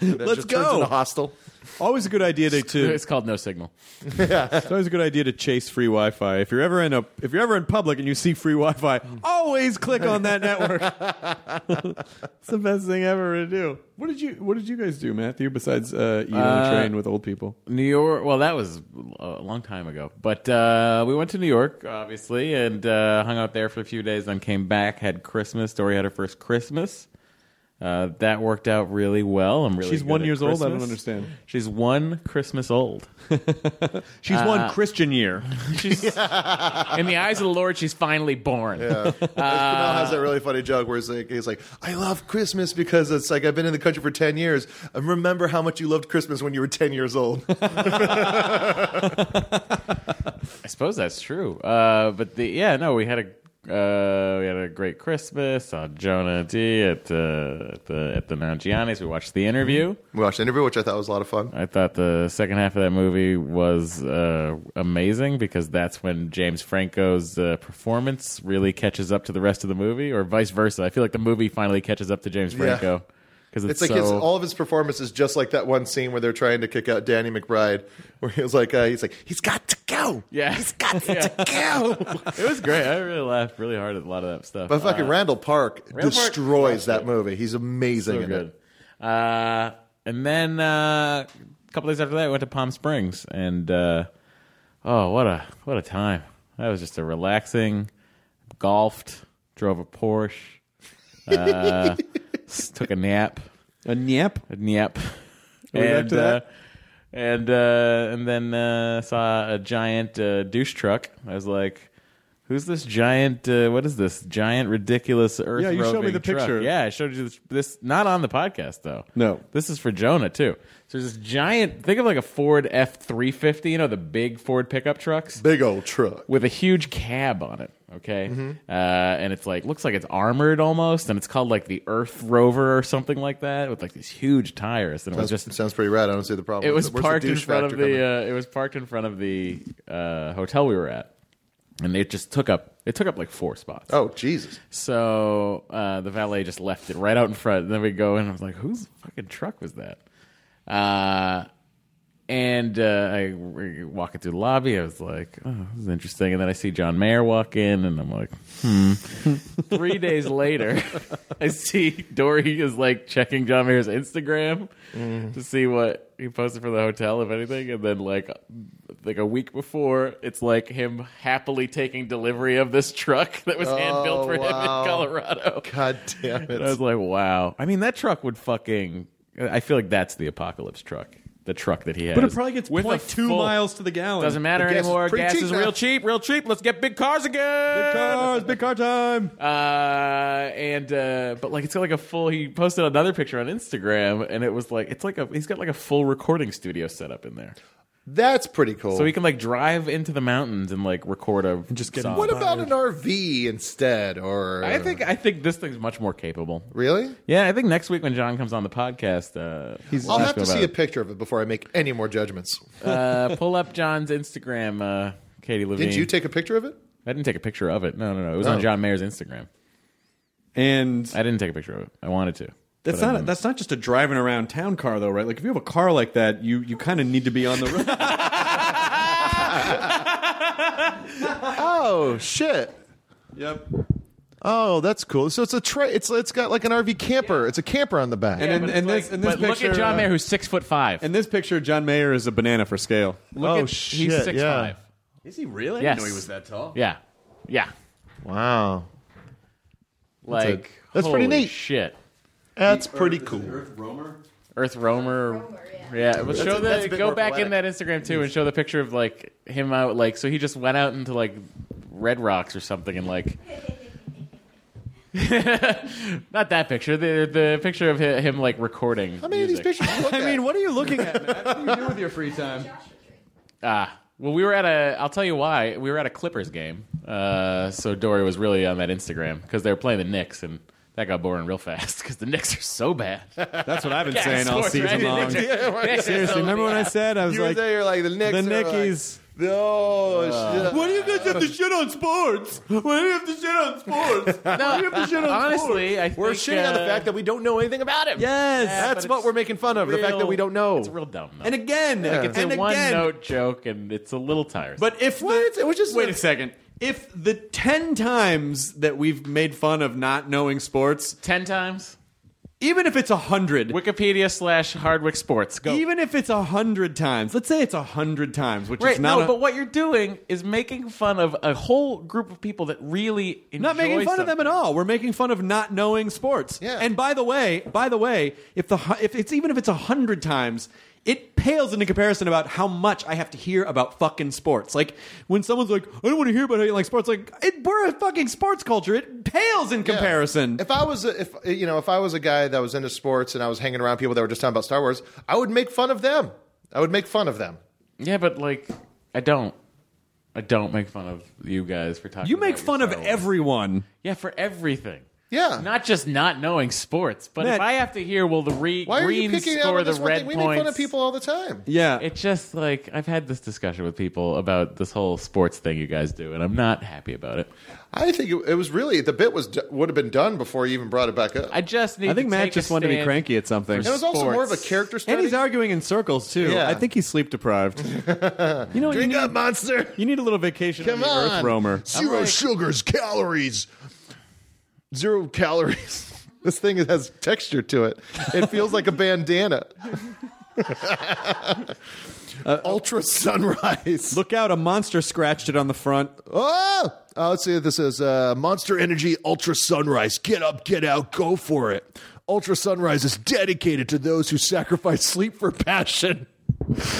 And it
Let's
just turns
go.
into hostel.
Always a good idea to, to
It's called No Signal.
it's always a good idea to chase free Wi-Fi. If you're ever in a if you're ever in public and you see free Wi-Fi, always click on that network. it's the best thing ever to do. What did you What did you guys do, Matthew? Besides uh, eating on
Uh,
a train with old people?
New York. Well, that was a long time ago, but uh, we went to New York, obviously, and uh, hung out there for a few days. Then came back, had Christmas. Dory had her first Christmas. Uh, that worked out really well. I'm really.
She's
good
one
at
years old? I don't
Christmas.
understand.
She's one Christmas old.
She's one Christian year.
uh, She's, in the eyes of the Lord, she's finally born.
Kumail has that really funny joke where he's like, he's like, I love Christmas because it's like I've been in the country for ten years. I remember how much you loved Christmas when you were ten years old.
I suppose that's true. Uh, but the yeah, no, we had a uh, we had a great Christmas. Saw Jonah D at uh, at the at the Mount Giannis. We watched the interview.
we watched an interview, which I thought was a lot of fun.
I thought the second half of that movie was uh, amazing because that's when James Franco's uh, performance really catches up to the rest of the movie, or vice versa. I feel like the movie finally catches up to James
Yeah.
Franco because
It's
it's,
like
so.
his, all of his performances, just like that one scene where they're trying to kick out Danny McBride, where he was like, uh, he's like, he's got to go.
Yeah.
he's got to go.
it was great. I really laughed really hard at a lot of that stuff.
But fucking Uh, Randall Park
Park-
destroys that movie. He's amazing
so
in
good.
it.
Uh, and then uh, a couple days after that, we went to Palm Springs, and uh, oh, what a what a time! That was just a relaxing. Golfed, drove a Porsche, uh, s- took a nap,
A nap.
a nap,
we back
and
to that?
uh, and uh, and then uh, saw a giant uh, douche truck. I was like. Who's this giant? Uh, what is this giant ridiculous earth?
Yeah, you showed me
roving
the
truck?
picture.
Yeah, I showed you this, this. Not on the podcast though.
No.
This is for Jonah too. So there's this giant. Think of like a Ford F three fifty. You know the big Ford pickup trucks
Big old truck.
with a huge cab on it. Okay, uh, and it's like looks like it's armored almost, and it's called like the Earth Rover or something like that, with like these huge tires. And it was
Sounds,
just
sounds pretty rad. I don't see the problem.
it was
Where's the
parked in
douche
front of
factor coming?
the uh, it was parked in front of the uh, hotel we were at, and it just took up it took up like four spots.
oh Jesus!
So uh, the valet just left it right out in front. And then we go in. And I was like, whose fucking truck was that? Uh, and uh, I we walk it through the lobby. I was like, oh, this is interesting. And then I see John Mayer walk in, and I'm like, hmm. Three days later, I see Dory is like checking John Mayer's Instagram to see what he posted for the hotel, if anything. And then like like a week before, it's like him happily taking delivery of this truck that was hand built for him in
wow.
Colorado.
God damn
And I was
it!
like, wow. I mean, that truck would fucking. I feel like that's the apocalypse truck. The truck that he has.
But it probably gets
With a
0.2
full-
miles to the gallon.
Doesn't matter
The gas is
anymore.
pretty
Gas
cheap
is
now.
real cheap, real cheap. Let's get big cars again.
Big cars, big car time.
Uh, and uh, but like it's got like a full. He posted another picture on Instagram, and it was like it's like a. He's got like a full recording studio set up in there,
That's pretty cool.
so he can like drive into the mountains and like record a. Just
get-
song.
what about an RV instead? Or uh,
I think I think this thing's much more capable.
really.
Yeah, I think next week when John comes on the podcast, uh, he's.
I'll
he's
have to
about
see
it.
a picture of it before I make any more judgments.
Uh, pull up John's Instagram, uh, Katie Levine.
Didn't you take a picture of it?
I didn't take a picture of it. No, no, no. It was
Oh.
on John Mayer's Instagram.
And
I didn't take a picture of it. I wanted to.
That's not that's not just a driving around town car though, right? Like if you have a car like that, you you kind of need to be on the road.
Oh shit!
yep.
Oh, that's cool. So it's a tra- it's it's got like an RV camper. It's a camper on the back.
And, and, and this, and this
but look
picture,
at John
uh,
Mayer, who's six foot five.
In this picture, John Mayer is a banana for scale.
look
oh,
at,
shit,
he's six
yeah.
five.
Is he really?
didn't Yes. know he was
that tall.
Yeah, yeah.
wow,
Like
that's pretty
holy
neat.
Shit.
that's pretty cool.
Earth Roamer.
Earth Roamer. yeah. Well, show
that's a
the
bit
go
more
back in that
poetic.
Instagram too and show the picture of like him out like so he just went out into like Red Rocks or something and like not that picture the the picture of hi- him like recording.
How many of these pictures? do you look
I
at?
mean, what are you looking at, man? What do you do with your free time?
Ah, well, we were at a. I'll tell you why. We were at a Clippers game. Uh, so Dory was really on that Instagram because they were playing the Knicks, and that got boring real fast because the Knicks are so bad.
That's what I've been saying all
sports, right?
season long.
Knicks are- Knicks are so
Seriously, remember when I
bad.
said I was
you were
like
there, you're like the Knicks.
the
are like-
Nickies?
oh
Uh,
shit.
Why do you guys have to shit on sports? Why do you have to shit on sports? Why do you have to shit on
Honestly, I
We're
think,
shitting on the
uh,
fact that we don't know anything about him.
Yes.
that's
but
what
it's
we're making fun of. the fact that
real-
we don't know.
It's real dumb. Though.
and again,
it's
and
a one
again.
note joke, and it's a little tiresome.
But if
What?
the,
It was just
wait
a-
a second. If the ten times that we've made fun of not knowing sports,
ten times
even if it's a hundred,
Wikipedia slash Hardwick Sports. Go.
even if it's a hundred times, let's say it's a hundred times, which
Right,
is not
no,
a-
but what you're doing is making fun of a whole group of people that really enjoy
not making fun of them
something.
at all. We're making fun of not knowing sports.
Yeah.
And by the way, by the way, if the hu- if it's even if it's a hundred times, it pales into comparison about how much I have to hear about fucking sports. Like when someone's like, "I don't want to hear about how you like sports," like it, we're a fucking sports culture. It pales in
Yeah.
comparison.
If I was a, if you know if I was a guy that was into sports and I was hanging around people that were just talking about Star Wars, I would make fun of them. I would make fun of them.
Yeah, but like, I don't. I don't make fun of you guys for talking.
you make
about
fun of
yourselves.
everyone.
Yeah, for everything.
Yeah.
Not just not knowing sports, but
Matt-
if I have to hear, will the re-
Why are you
Greens
picking
score
out
the
this one
red
thing? We make fun of
points?
people all the time.
Yeah.
It's just like I've had this discussion with people about this whole sports thing you guys do, and I'm not happy about it.
I think it, it was really the bit was d- would have been done before you even brought it back up.
I just need.
I think
to
Matt
take a
just wanted to be
stand
cranky at something.
for
it was also more of a
sports.
character study.
and he's arguing in circles too.
Yeah.
I think he's sleep deprived. you know, what you
Drink
need,
up, monster.
you need a little vacation
Come
on the
on.
Earth Roamer.
Zero sugars, calories. Zero calories. this thing has texture to it. It feels like a bandana.
Uh,
Ultra sunrise.
Look out! A monster scratched it on the front.
Oh, uh, let's see. This is uh, Monster Energy Ultra Sunrise. Get up, get out, go for it. Ultra Sunrise is dedicated to those who sacrifice sleep for passion.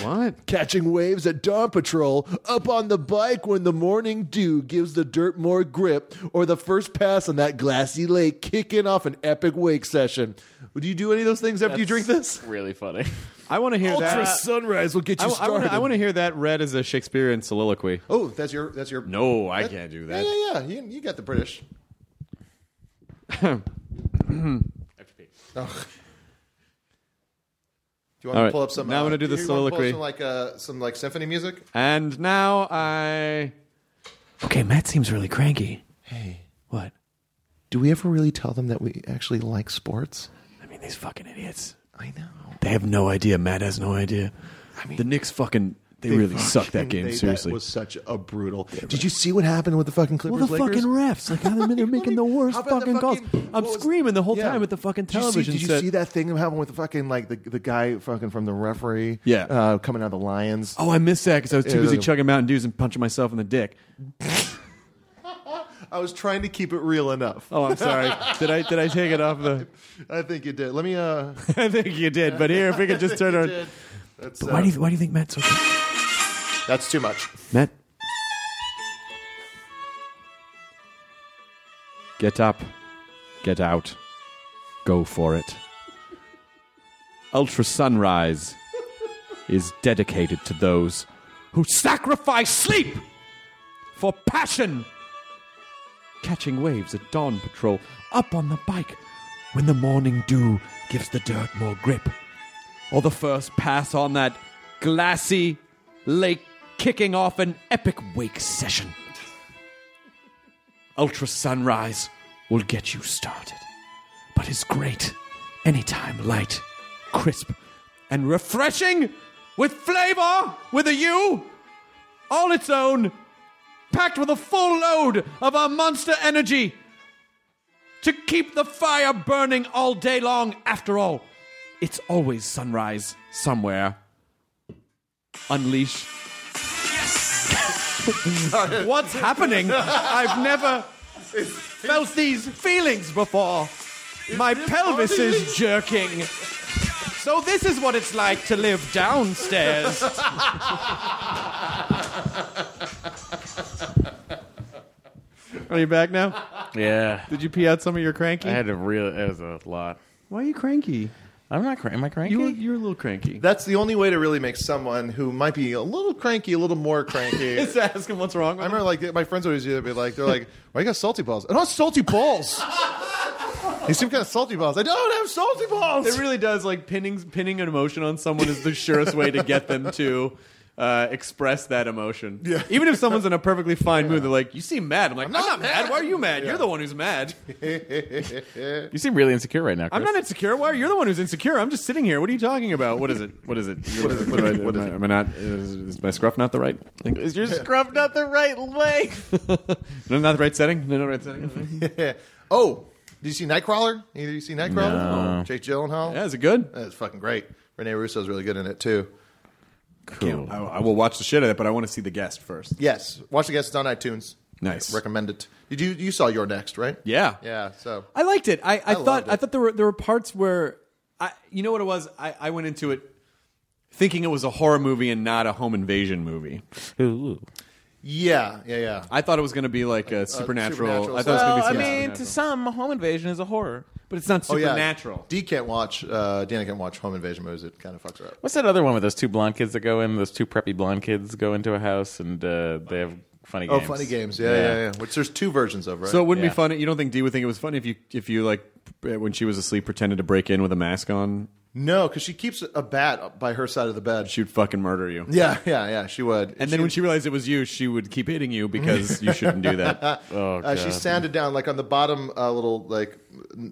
What?
Catching waves at dawn patrol, up on the bike when the morning dew gives the dirt more grip, or the first pass on that glassy lake kicking off an epic wake session. Do you do any of those things after you drink this?
Really funny.
I want to hear
Ultra
that.
sunrise will get
I,
you started.
want to hear that read as a Shakespearean soliloquy.
oh, that's your that's your
No, Oh, I can't do
Yeah,
that.
yeah, yeah. You, you got the British. Ugh. Do you want
All
me to
right.
pull up some? uh,
Now I'm gonna do the
you wanna pull up
soliloquy.
some, like uh, some like symphony music.
And now I. Okay, Matt seems really cranky. Hey, what?
Do we ever really tell them that we actually like sports?
I mean, these fucking idiots.
I know.
They have no idea. Matt has no idea. I mean, the Knicks fucking. They, really suck that game. seriously.
was such a brutal. Did you see what happened with the fucking Clippers?
well, the
Lakers?
fucking refs, like how they're making the worst
How about
fucking,
the
calls.
fucking-
I'm
what was-
screaming the whole
Yeah.
time at the fucking
Did you see-
television
Did you see,
set.
that thing that happened with the fucking like the, the guy fucking from the referee?
Yeah.
uh, coming out of the Lions.
Oh, I missed that because I was
Yeah,
too busy
the-
chugging Mountain Dews and punching myself in the dick.
I was trying to keep it real enough.
Oh, I'm sorry. did I did I take it off the?
I think you did. Let me. uh
I think you did. But here, if we could just turn
you
our.
did. That's,
Why
uh,
do you Why do you think Matt's okay?
that's too much.
Matt, get up, get out, go for it. Ultra Sunrise is dedicated to those who sacrifice sleep for passion. Catching waves at dawn patrol, up on the bike when the morning dew gives the dirt more grip. Or the first pass on that glassy lake kicking off an epic wake session. Ultra sunrise will get you started, but is great anytime light, crisp, and refreshing with flavor with a U all its own, packed with a full load of our monster energy to keep the fire burning all day long. After all, it's always sunrise somewhere. Unleash. What's happening? I've never felt these feelings before. My pelvis is jerking. So this is what it's like to live downstairs. Are you back now?
Yeah.
Did you pee out some of your cranky?
I had to really. That was a lot.
Why are you cranky?
I'm not. Cra- am I cranky?
You, you're a little cranky.
That's the only way to really make someone who might be a little cranky, a little more cranky.
Just ask him what's wrong
I
with him.
remember like my friends always used to be like, they're like, "Why you got salty balls?" I don't have salty balls. you seem kind of salty balls. I don't have salty balls.
It really does. Like pinning pinning an emotion on someone is the surest way to get them to uh, express that emotion.
Yeah.
Even if someone's in a perfectly fine mood, they're like, "You seem mad." I'm like, "I'm not,
not
mad.
mad."
Why are you mad?
Yeah.
You're the one who's mad.
you seem really insecure right now. Chris.
I'm not insecure. Why? You're the one who's insecure. I'm just sitting here. What are you talking about? What is it? What is it? What is it? What, is it? What is it? Am I not? Is, is my scruff not the right? thing? Is your scruff not the right length? no, not the right setting. No, not the right setting.
oh, did you see Nightcrawler? Either you see Nightcrawler? Oh, Jake Gyllenhaal.
yeah, is it good?
That's fucking great. Rene Russo's really good in it too.
Cool. I, I will watch the shit out of it, but I want to see the guest first.
Yes, watch the guest. It's on iTunes.
Nice.
Recommend it. Did you you saw your next right?
Yeah.
Yeah. So
I liked it. I, I, thought
loved it.
I thought there were there were parts where I you know what it was? I, I went into it thinking it was a horror movie and not a home invasion movie.
yeah, yeah, yeah.
I thought it was going to be like a supernatural.
supernatural
I thought it was
Well, I
going to be
mean, to
supernatural.
some, home invasion is a horror.
but it's not
Oh, yeah.
supernatural.
D can't watch. Uh, Dana can't watch home invasion movies. It kind of fucks her up.
What's that other one with those two blonde kids that go in? Those two preppy blonde kids go into a house and uh, they have funny
Oh,
games.
funny games. Yeah, yeah, yeah, Which there's two versions of, right?
So it wouldn't
Yeah.
be funny. You don't think Dee would think it was funny if you if you like when she was asleep pretended to break in with a mask on,
no, because she keeps a bat up by her side of the bed.
she would fucking murder you.
Yeah, yeah, yeah. She would.
And then when she realized it was you, she would keep hitting you because you shouldn't do that.
Oh,
uh, she sanded down like on the bottom uh, little like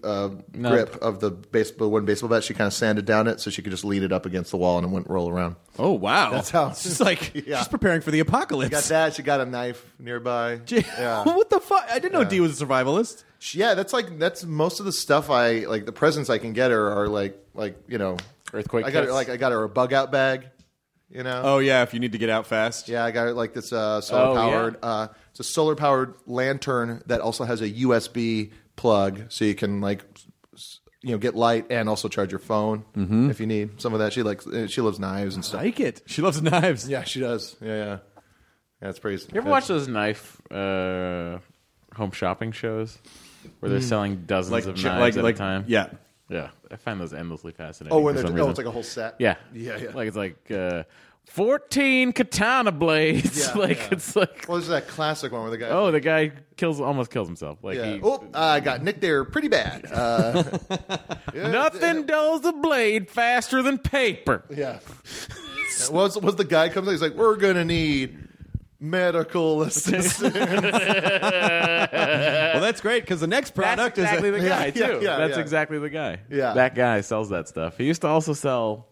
uh, grip of the baseball one baseball bat. She kind of sanded down it so she could just lean it up against the wall and it wouldn't roll around.
Oh wow,
That's how-
It's just like
Yeah.
she's preparing for the apocalypse.
Got that? She got a knife nearby.
Gee,
Yeah.
what the fuck? I didn't know D was a survivalist.
She- yeah, that's like that's most of the stuff I like. The presents I can get her are like like you know
Earthquake
I got her
kits.
like I got her a bug out bag. You know.
Oh yeah, if you need to get out fast.
Yeah, I got it like this uh, solar powered.
Oh,
Uh, it's a solar powered lantern that also has a USB plug, so you can like s- s- you know get light and also charge your phone
Mm-hmm.
if you need some of that. She likes uh, she loves knives and stuff.
Like it. She loves knives.
Yeah, she does. Yeah, yeah. Yeah, it's pretty.
You ever watch those knife uh, home shopping shows where they're selling dozens
Like
of
chi-
knives
like
at
like
a time?
yeah.
Hmm. yeah. I find those endlessly fascinating.
Oh, when
for
they're
some
oh,
reason.
it's like a whole set.
yeah,
Yeah, yeah.
Like it's like uh, fourteen katana blades.
Yeah,
like
yeah.
it's like
Well, there's that classic one where the guy.
oh, the guy kills almost kills himself. Like
yeah.
he,
Oh, I got nicked there pretty bad. Uh,
nothing dulls a blade faster than paper.
yeah. Was was the guy comes? out, He's like, we're gonna need medical assistance.
Well, that's great because the next product
That's exactly
is
the guy too.
Yeah, yeah,
That's
yeah.
exactly the guy.
Yeah.
that guy sells that stuff. He used to also sell.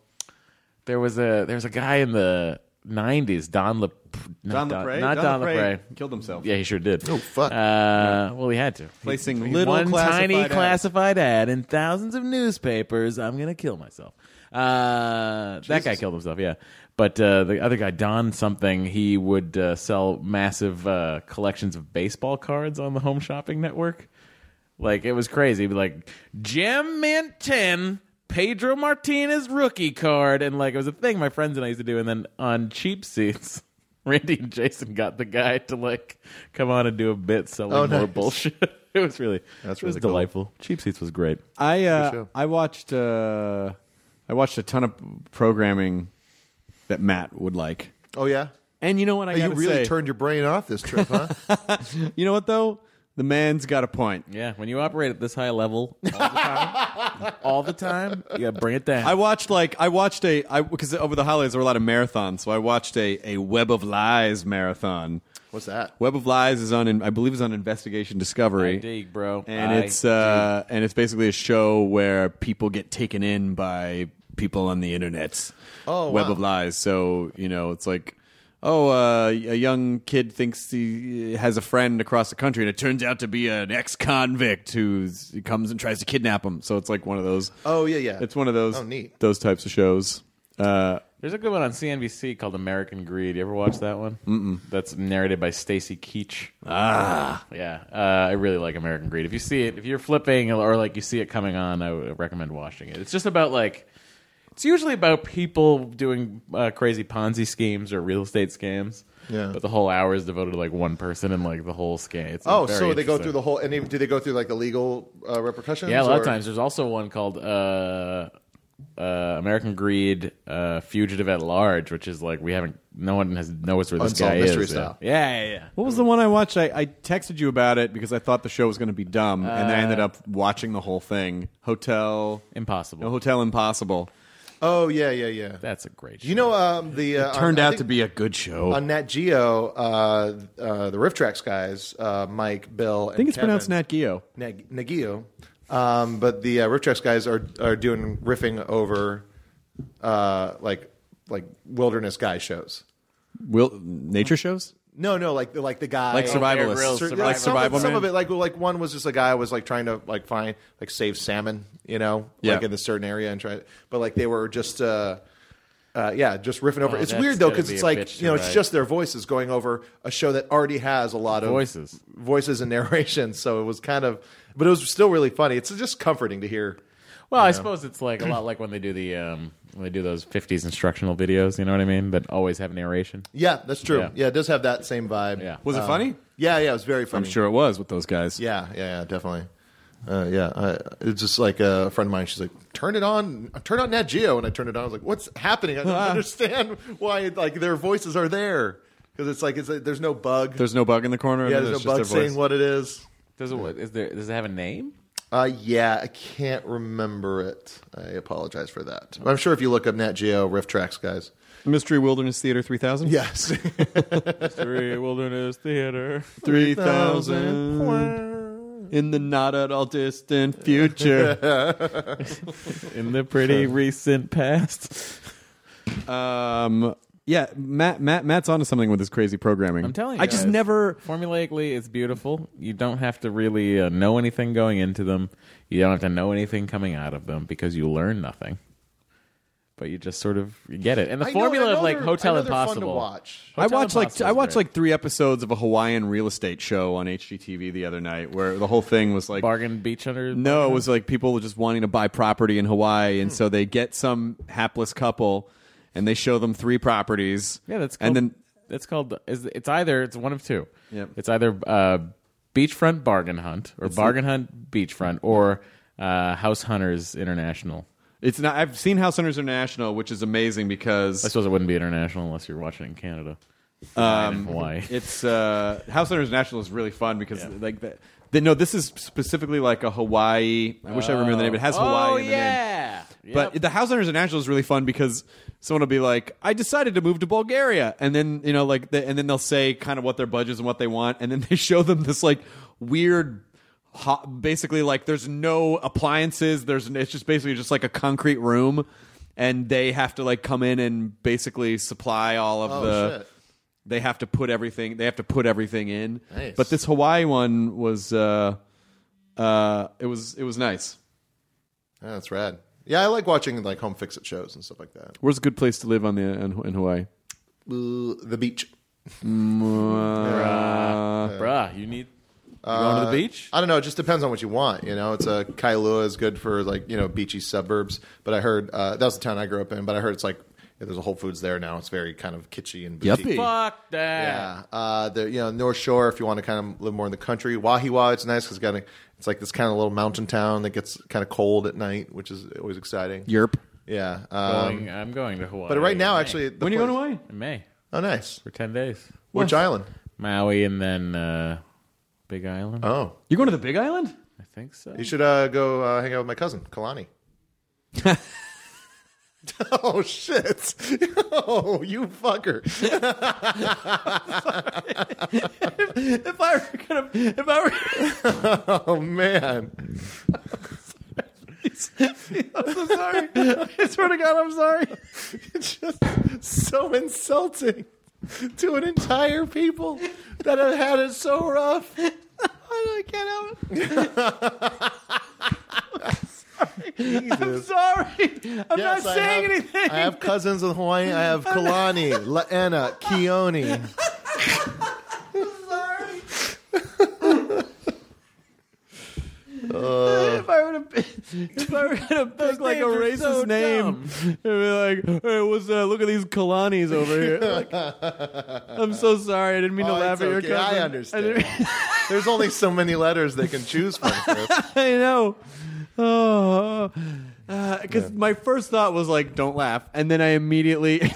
There was a there was a guy in the '90s, Don Le not
Don LaPrey.
not Don, LaPrey.
killed himself.
Yeah, he sure did. Oh
fuck.
Uh, well, he had to
Placing
He- he-
little
one
classified
tiny
ads.
classified ad in thousands of newspapers. I'm gonna kill myself. Uh, that guy killed himself. Yeah, but uh, the other guy, Don something, he would uh, sell massive uh, collections of baseball cards on the Home Shopping Network. Like it was crazy. He'd be like Jim Mint ten. Pedro Martinez rookie card, and like it was a thing my friends and I used to do. And then on cheap seats, Randy and Jason got the guy to like come on and do a bit selling
Oh,
more
nice.
bullshit. it was really
That's
it was
really cool.
delightful. Cheap seats was great.
I uh,
show.
I watched uh, I watched a ton of programming that Matt would like.
oh yeah.
And you know what I
Hey, you
gotta
really
say?
turned your brain off this trip, huh?
you know what though? The man's got a point.
Yeah, when you operate at this high level all the time, all the time, you gotta bring it down.
I watched like I watched a I because over the holidays there were a lot of marathons, so I watched a a Web of Lies marathon.
What's that?
Web of Lies is on, I believe, is on Investigation Discovery.
I dig, bro.
And
I
it's uh, and it's basically a show where people get taken in by people on the internet.
Oh,
Web
wow.
of Lies. So you know, it's like oh, uh, a young kid thinks he has a friend across the country, and it turns out to be an ex-convict who comes and tries to kidnap him. So it's like one of those.
Oh, yeah, yeah.
It's one of those.
Oh, neat.
Those types of shows. Uh,
There's a good one on CNBC called American Greed. You ever watch that one? Mm-mm. That's narrated by Stacy Keach. Ah, yeah. Uh, I really like American Greed. If you see it, if you're flipping or like you see it coming on, I would recommend watching it. It's just about like, it's usually about people doing uh, crazy Ponzi schemes or real estate scams.
Yeah.
But the whole hour is devoted to like one person and like the whole scam. It's,
Oh,
very
so they go
interesting.
through the whole. And they- do they go through like the legal uh, repercussions?
Yeah, a lot
or-
of times. There's also one called uh, uh, American Greed uh, Fugitive at Large, which is like we haven't, no one has knows where this
Unsolved
guy
mystery
is.
style.
Yeah, yeah, yeah.
what was the one I watched? I, I texted you about it because I thought the show was going to be dumb, and I ended up watching the whole thing. Hotel,
Impossible.
no, Hotel Impossible.
Oh yeah, yeah, yeah.
That's a great.
you know um, the uh,
Turned
on- I
out
think
to be a good show.
on Nat Geo, uh, uh, the Rift Tracks guys, uh, Mike, Bill.
I think it's pronounced Nat Geo.
Nat Nagio. Um, but the uh, Riff Tracks guys are are doing riffing over uh, like like wilderness guy shows.
Will nature shows?
No, no, like the like the guy
Like survivalists.
Grylls,
Sur- yeah,
survival-
like
some,
survival
some
man.
of it like well, like one was just a guy was like trying to like find like save salmon, you know,
Yeah.
like in a certain area and try. But like they were just. Uh, uh, yeah, just riffing over.
Oh,
it's
that's
weird though
gotta
because
be
it's
a
like
bitch
you know
to
it's
write.
just their voices going over a show that already has a lot of
Voices.
voices and narrations. So it was kind of, but it was still really funny. It's just comforting to hear.
Well, I suppose it's like a lot like when they do the um, when they do those '50s instructional videos. You know what I mean? That always have narration.
Yeah, that's true.
Yeah.
Yeah, it does have that same vibe.
Yeah.
Was it funny?
yeah, yeah. It was very
I'm
funny.
sure it was with those guys.
Yeah, yeah, yeah, definitely. Uh, yeah, I, it's just like a friend of mine. She's like, "Turn it on, turn on Nat Geo," and I turned it on. I was like, "What's happening? I don't understand why like their voices are there because it's like it's like, there's no bug.
There's no bug in the corner.
yeah,
and
there's
it's
no bug
just their voice.
saying what it is.
Does it? What is there? Does it have a name?
Uh, yeah, I can't remember it. I apologize for that. I'm sure if you look up Nat Geo riff tracks, guys.
Mystery Wilderness Theater 3000?
Yes,
Three Wilderness Theater.
3000. In the not at all distant future.
In the pretty recent past.
um, yeah, Matt, Matt, Matt's onto something with his crazy programming.
I'm telling you
I just
guys.
never.
formulaically it's beautiful you don't have to really uh, know anything going into them you don't have to know anything coming out of them because you learn nothing but you just sort of you get it and the
I know-
formula
I know
of like
they're-
hotel
I know they're fun to
impossible
watch.
I
Hotel
watched like
Impossible
I
is
watched
great.
like three episodes of a Hawaiian real estate show on HGTV the other night, where the whole thing was like
bargain beach under
No, it was like people were just wanting to buy property in Hawaii,
Hmm.
and so they get some hapless couple, and they show them three properties.
yeah that's called,
and then
that's called is it's either it's one of two
Yep.
it's either uh beachfront bargain hunt or bargain hunt beachfront or uh house hunters international
it's not. I've seen House Hunters International, which is amazing because
i suppose it wouldn't be international unless you're watching it in canada um hawaii
it's uh, House Hunters International is really fun because like that. They, no, this is specifically like a Hawaii. I wish I remember the name. It has Hawaii
oh
in the name.
yeah
But the House Hunters International is really fun because someone will be like, "I decided to move to Bulgaria," and then you know, like, the, and then they'll say kind of what their budget is and what they want, and then they show them this like weird, ho basically like there's no appliances, there's it's just basically just like a concrete room, and they have to like come in and basically supply all of
Oh,
the.
shit.
They have to put everything. They have to put everything in.
Nice.
But this Hawaii one was, uh, uh, it was it was nice.
Yeah, that's rad. Yeah, I like watching like home fix it shows and stuff like that.
Where's a good place to live on the in, in Hawaii?
Ooh, the beach.
Bruh, you need you going to the beach?
Uh, I don't know. It just depends on what you want. You know, it's a Kailua is good for like you know beachy suburbs. But I heard uh, that was the town I grew up in. But I heard it's like yeah, there's a Whole Foods there now. It's very kind of kitschy and boutique.
Yuppie.
Fuck that.
Yeah, uh, the you know North Shore if you want to kind of live more in the country. Wahiwa, it's nice because got a, it's like this kind of little mountain town that gets kind of cold at night, which is always exciting.
Yerp.
Yeah, um,
Going- I'm going to Hawaii.
but right now
in
actually, the
When are you going away?
place-
May. in May
Oh, nice.
for 10 days.
Which island?
Maui and then uh, Big Island.
Oh,
You're going to the Big Island?
I think so.
you should uh, go uh, hang out with my cousin Kalani. oh shit! oh, you fucker!
If I were gonna, if I were,
Oh man!
I'm so sorry. I swear to God, I'm sorry.
It's just so insulting. to an entire people that have had it so rough. I can't help it.
I'm sorry. I'm not
Yes, I
saying
have-
anything.
I have cousins with Hawaiian. I have Kalani, Laena, Keone.
if I were to, if I were to pick like a racist
names are so
name, it'd be like, "Hey, what's that? Look at these Kalani's over here." Like, I'm so sorry. I didn't mean to
Oh,
laugh
it's
at your
okay.
cousin.
I understand. There's only so many letters they can choose from. Chris.
I know. Oh, because my first thought was like, "Don't laugh," and then I immediately.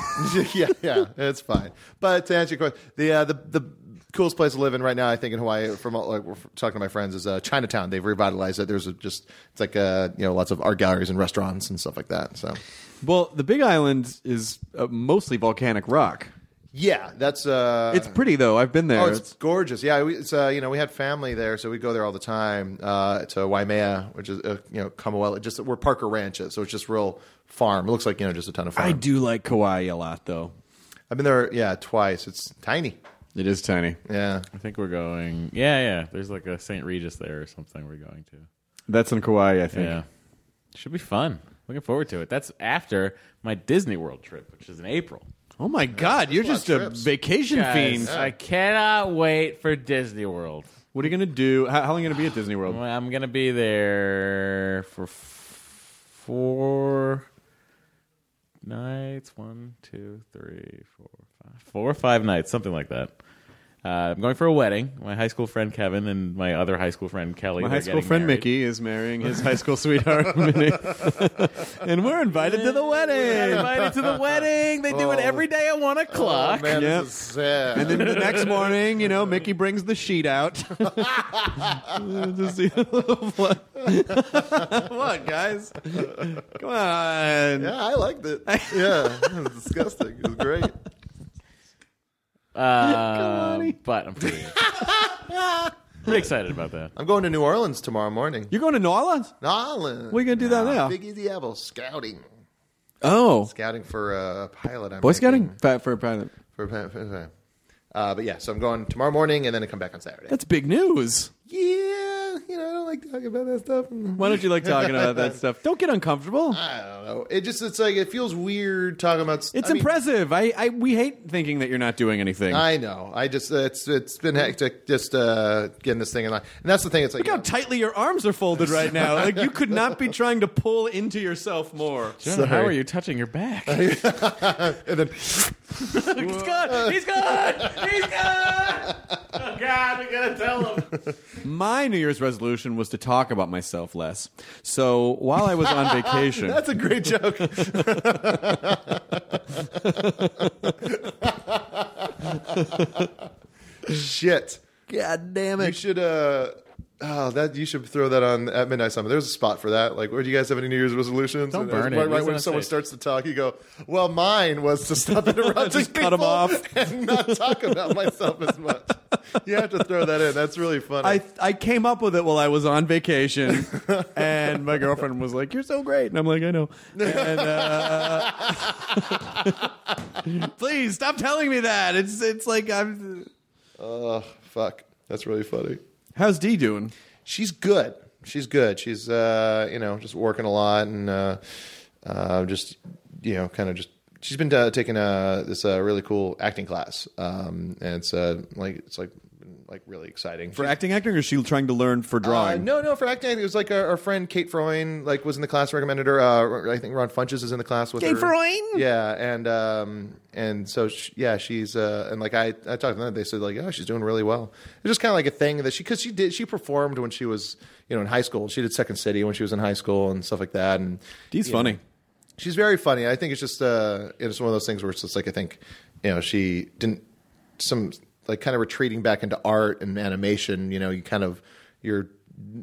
yeah, yeah, it's fine. But to answer your question, the uh, the the coolest place to live in right now, I think in Hawaii, from all- like we're talking to my friends, is uh, Chinatown. They've revitalized it. There's a, just it's like uh, you know lots of art galleries and restaurants and stuff like that. So
well, the Big Island is uh, mostly volcanic rock.
yeah, that's uh,
It's pretty though. I've been there.
Oh, it's gorgeous. Yeah, we, it's uh, you know we had family there, so we go there all the time uh, to Waimea, which is uh, you know Kamawela. Just we're Parker Ranch, is, so it's just real farm. It looks like you know just a ton of farm.
I do like Kauai a lot though.
I've been there, yeah, twice. It's tiny.
It is tiny.
Yeah,
I think we're going. Yeah, yeah. There's like a St. Regis there or something we're going to.
That's in Kauai, I think.
Yeah. Should be fun. Looking forward to it. That's after my Disney World trip, which is in April.
Oh my God, you're
lot
just
of
a
trips.
vacation fiend.
I cannot wait for Disney World.
What are you gonna do? How, how long are you gonna be at Disney World?
I'm going to be there for f- four nights. One, two, three, four, five. Four or five nights, something like that. Uh, I'm going for a wedding. My high school friend Kevin and my other high school friend Kelly.
My
they're
high school
getting
friend
married.
Mickey is marrying his high school sweetheart, Minnie. and we're invited to the
We're
wedding.
invited to the wedding. They
Oh.
do it every day at one o'clock.
oh, man,
Yep.
this is sad.
And then the next morning, you know, Mickey brings the sheet out. to see the little blood. what, guys? Come on.
Yeah, I liked it. Yeah, it was disgusting. It was great.
Uh, but I'm pretty, pretty excited about that.
I'm going to New Orleans tomorrow morning.
You're going to New Orleans?
New Orleans.
What are you gonna do down there?
Big Easy Apple scouting.
Oh,
Scouting for a pilot. I'm
Boy
making.
Scouting Fat for a pilot.
For, for- for- uh, but yeah, so I'm going tomorrow morning and then I come back on Saturday.
That's big news.
yeah, you know I don't like talking about that stuff.
Why don't you like talking about that stuff? Don't get uncomfortable.
I don't know. It just it's like it feels weird talking about. s-
It's
I mean,
impressive. I, I we hate thinking that you're not doing anything.
I know. I just it's it's been hectic just uh, getting this thing in line, and that's the thing. It's like
Look how tightly your arms are folded right now. Like you could not be trying to pull into yourself more.
John, how are you touching your back? He's
and
gone.
then
He's gone. He's gone. Oh God, we gotta tell him.
My New Year's resolution was to talk about myself less. So while I was on vacation,
that's a great joke. Shit.
God damn
You should uh oh that you should throw that on at midnight summit. There's a spot for that. Like, where do you guys have any New Year's resolutions?
Don't
And
burn
right,
it.
Right
It's
when
not
someone
safe.
starts to talk, you go, "Well, mine was to stop interrupting
Just cut
people
'em off.
and not talk about myself as much." You have to throw that in. That's really funny.
I I came up with it while I was on vacation, and my girlfriend was like, "You're so great," and I'm like, "I know." And, uh, please stop telling me that. It's it's like I'm.
oh fuck, that's really funny.
How's D doing?
she's good. She's good. She's uh, you know just working a lot and uh, uh, just you know kind of just. She's been uh, taking uh, this uh, really cool acting class, um, and it's uh, like it's like like really exciting
For acting, acting, or is she trying to learn for
uh,
drawing?
no, no, for acting, it was like our, our friend Kate Freund, like was in the class, recommended her. Uh, I think Ron Funches is in the class with
Kate
her.
Freund?
yeah, and um, and so she, yeah, she's uh, and like I, I talked to them, they said like, oh, she's doing really well. It's just kind of like a thing that she because she did she performed when she was you know in high school. She did Second City when she was in high school and stuff like that, and
D's
you
funny.
know, she's very funny. I think it's just uh, it's one of those things where it's just like I think you know she didn't some like kind of retreating back into art and animation. You know, you kind of you're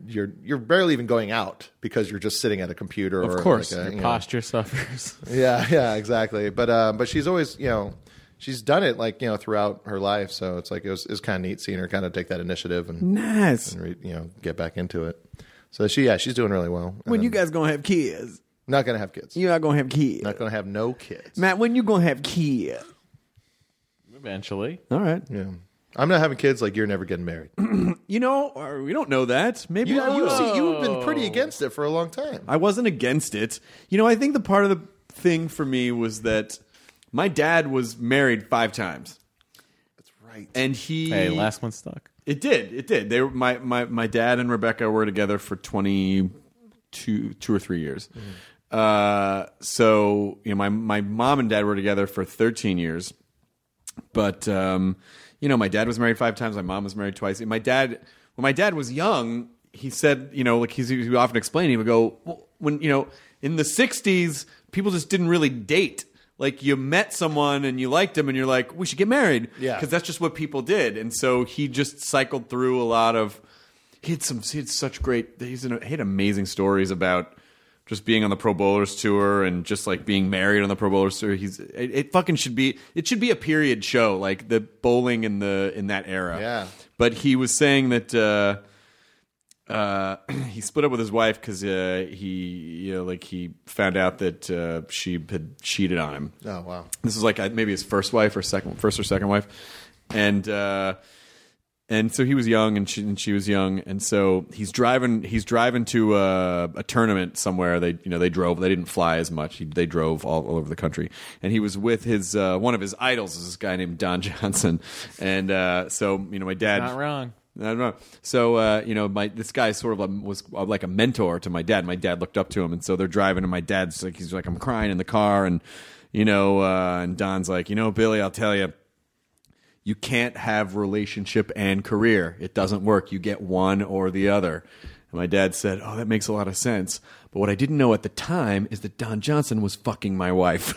you're you're barely even going out because you're just sitting at a computer.
Of
or
course,
like a,
your
you know-
posture suffers.
yeah, yeah, exactly. But uh, but she's always you know she's done it like you know throughout her life. So it's like it was, it was kind of neat seeing her kind of take that initiative and,
Nice.
and re, you know get back into it. So she yeah she's doing really well. And
When you
then-
guys gonna have kids?
not gonna have kids.
You're not gonna have kids.
not gonna have no kids.
Matt, when you gonna have kids?
Eventually.
All right.
Yeah. I'm not having kids. Like you're never getting married.
You know, or we don't know that. Maybe
You,
I
you
will.
see, you've been pretty against it for a long time.
I wasn't against it. You know, I think the part of the thing for me was that my dad was married five times,
That's right.
and he
Hey, last one stuck.
It did. It did. They were my my my dad and Rebecca were together for twenty two two or three years.
Mm-hmm.
Uh, so you know, my my mom and dad were together for thirteen years, but um, you know, my dad was married five times. My mom was married twice. And my dad, when my dad was young, he said, you know, like he's, he would often explain, he would go, well, when you know, in the '60s, people just didn't really date. Like you met someone and you liked him, and you're like, we should get married,
Yeah.
because that's just what people did. And so he just cycled through a lot of. He had some. He had such great. He's an, he had amazing stories about just being on the Pro Bowlers tour and just like being married on the Pro Bowlers tour. He's it, it fucking should be it should be a period show like the bowling in the in that era.
Yeah.
But he was saying that uh, uh, he split up with his wife because uh, he you know like he found out that uh, she had cheated on him
Oh wow.
this was like uh, maybe his first wife or second first or second wife and uh and so he was young and she and she was young and so he's driving he's driving to uh, a tournament somewhere they you know they drove they didn't fly as much he, they drove all, all over the country and he was with his uh, one of his idols is this guy named Don Johnson and uh, so you know my dad
Not wrong.
I don't know. So uh, you know, my this guy sort of um, was uh, like a mentor to my dad. My dad looked up to him, and so they're driving, and my dad's like, he's like, I'm crying in the car, and you know, uh, and Don's like, you know, Billy, I'll tell you, you can't have relationship and career. It doesn't work. You get one or the other. And my dad said, "Oh, that makes a lot of sense." But what I didn't know at the time is that Don Johnson was fucking my wife.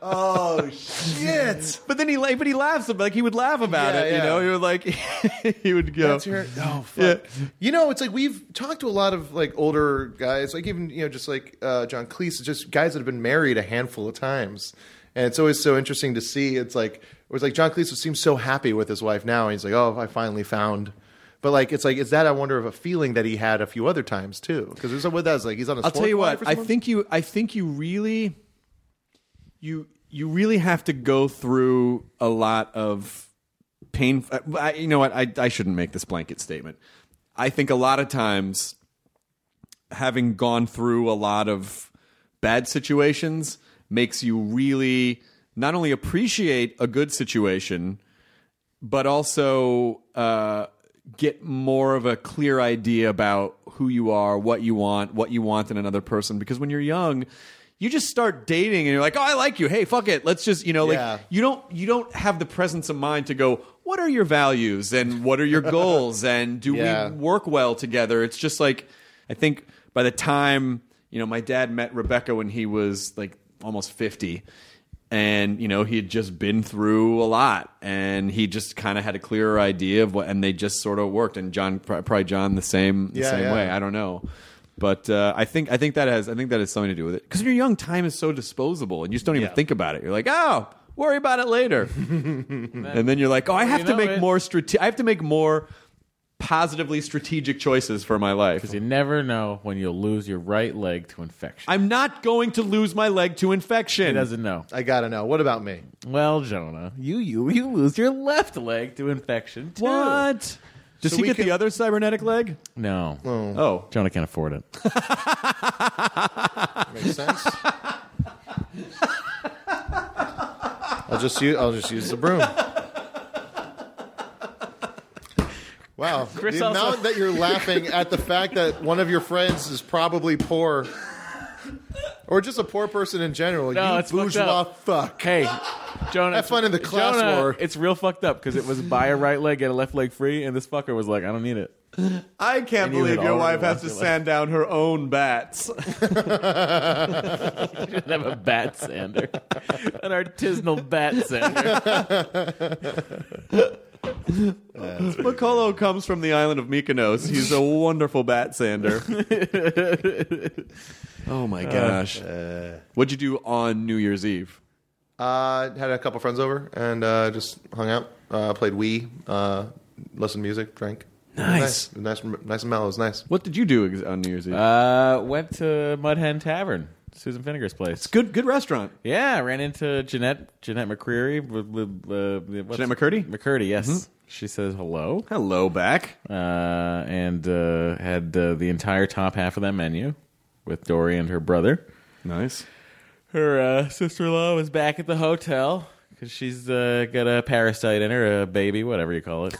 Oh shit.
but then he la- but he laughs about like he would laugh about
Yeah,
it.
yeah.
You know, he would like he would go.
That's your, oh fuck. You know, it's like we've talked to a lot of like older guys, like even you know, just like uh, John Cleese, just guys that have been married a handful of times, and it's always so interesting to see. It's like it was like John Cleese seems so happy with his wife now, and he's like, oh, I finally found. But like, it's like, is that I wonder of a feeling that he had a few other times too? Because there's with that's like he's on a.
I'll tell you what. I
think.
think you. I think you really. You you really have to go through a lot of pain. uh, I, you know what? I I shouldn't make this blanket statement. I think a lot of times, having gone through a lot of bad situations makes you really not only appreciate a good situation, but also uh, get more of a clear idea about who you are, what you want, what you want in another person. Because when you're young, you just start dating and you're like, oh, I like you. Hey, fuck it. Let's just, you know,
Yeah.
like you don't you don't have the presence of mind to go. What are your values and what are your goals and do
Yeah.
we work well together? It's just like I think by the time you know my dad met Rebecca when he was like almost fifty, and you know he had just been through a lot and he just kind of had a clearer idea of what and they just sort of worked and John pr- probably John the same the
Yeah,
same
yeah.
way I don't know. But uh, I think I think that has I think that has something to do with it because when you're young, time is so disposable, and you just don't even
Yeah.
think about it. You're like, oh, worry about it later, and then you're like, oh, I have
you
to
know
make
it.
more strate- I have to make more positively strategic choices for my life.
You never know when you'll lose your right leg to infection.
I'm not going to lose my leg to
he
infection.
doesn't know.
I gotta know. What about me?
Well, Jonah, you you you lose your left leg to infection too.
what? Does
So
he
we
get
can-
the other cybernetic leg?
No.
Oh,
Jonah can't afford it.
Makes sense. I'll just use. I'll just use the broom. Wow, the
also-
amount that you're laughing at the fact that one of your friends is probably poor, or just a poor person in general.
No,
you
it's fucked
bourgeois
up.
fuck.
Hey, Jonah.
Have fun in the class
Jonah,
war.
It's real fucked up because it was buy a right leg, get a left leg free, and this fucker was like, I don't need it.
I
And
can't
you
believe
had
your
already
wife has
lost
to
your leg.
sand down her own bats.
I have a bat sander, an artisanal bat sander.
Piccolo comes from the island of Mykonos. He's a wonderful bat sander. oh my
Uh,
gosh! What'd you do on New Year's Eve?
Uh, had a couple friends over and uh, just hung out, uh, played Wii, uh, listened to music, drank.
Nice.
nice, nice, nice and mellow. It was nice.
What did you do ex- on New Year's Eve?
Uh, went to Mud Hen Tavern. Susan Finnegar's place.
Good, good restaurant.
Yeah, I ran into Jeanette Jeanette McCreary. with- with, uh, what's-
Jeanette McCurdy? Mm-hmm.
McCurdy, yes. She says hello,
Hello, back.
uh, and uh, had uh, the entire top half of that menu with Dory and her brother.
Nice.
Her uh, sister-in-law was back at the hotel because she's uh, got a parasite in her, a baby, whatever you call it.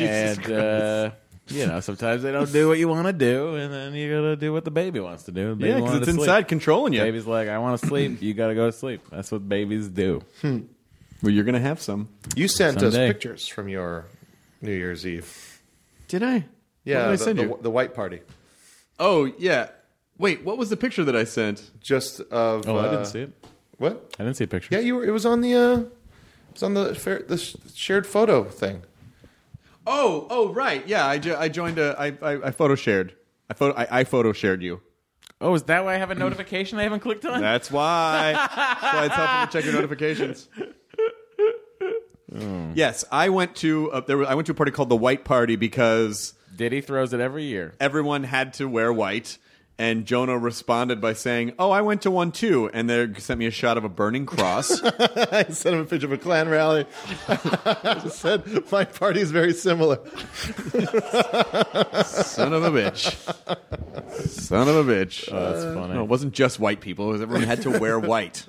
and uh, you know, sometimes they don't do what you want to do, and then you gotta do what the baby wants to do. The baby
Yeah, because
wanted
it's
to sleep.
inside controlling you.
Baby's like, I want to sleep. You gotta go to sleep. That's what babies do.
Well, you're gonna have some.
You sent
Someday.
us pictures from your New Year's Eve.
Did I? What
Yeah,
did I
the,
send
the,
you?
the white party.
oh yeah. Wait, what was the picture that I sent?
Just of.
Oh, I
uh,
didn't see it.
What?
I didn't see a picture.
Yeah, you were. It was on the. Uh, it's on the fair, the sh- shared photo thing.
Oh, oh right, yeah. I, jo- I joined a. I I, I photo shared. I photo I, I photo shared you.
Oh, is that why I have a notification I haven't clicked on?
That's why. That's why it's helpful to check your notifications. Yes, I went to uh, there. Was, I went to a party called the White Party because
Diddy throws it every year.
everyone had to wear white. And Jonah responded by saying, "Oh, I went to one too," and they sent me a shot of a burning cross.
I sent him a picture of a clan rally. I just said my party is very similar.
Son of a bitch! Son of a bitch!
Oh,
Uh,
That's funny.
no, it wasn't just white people. It was everyone had to wear white.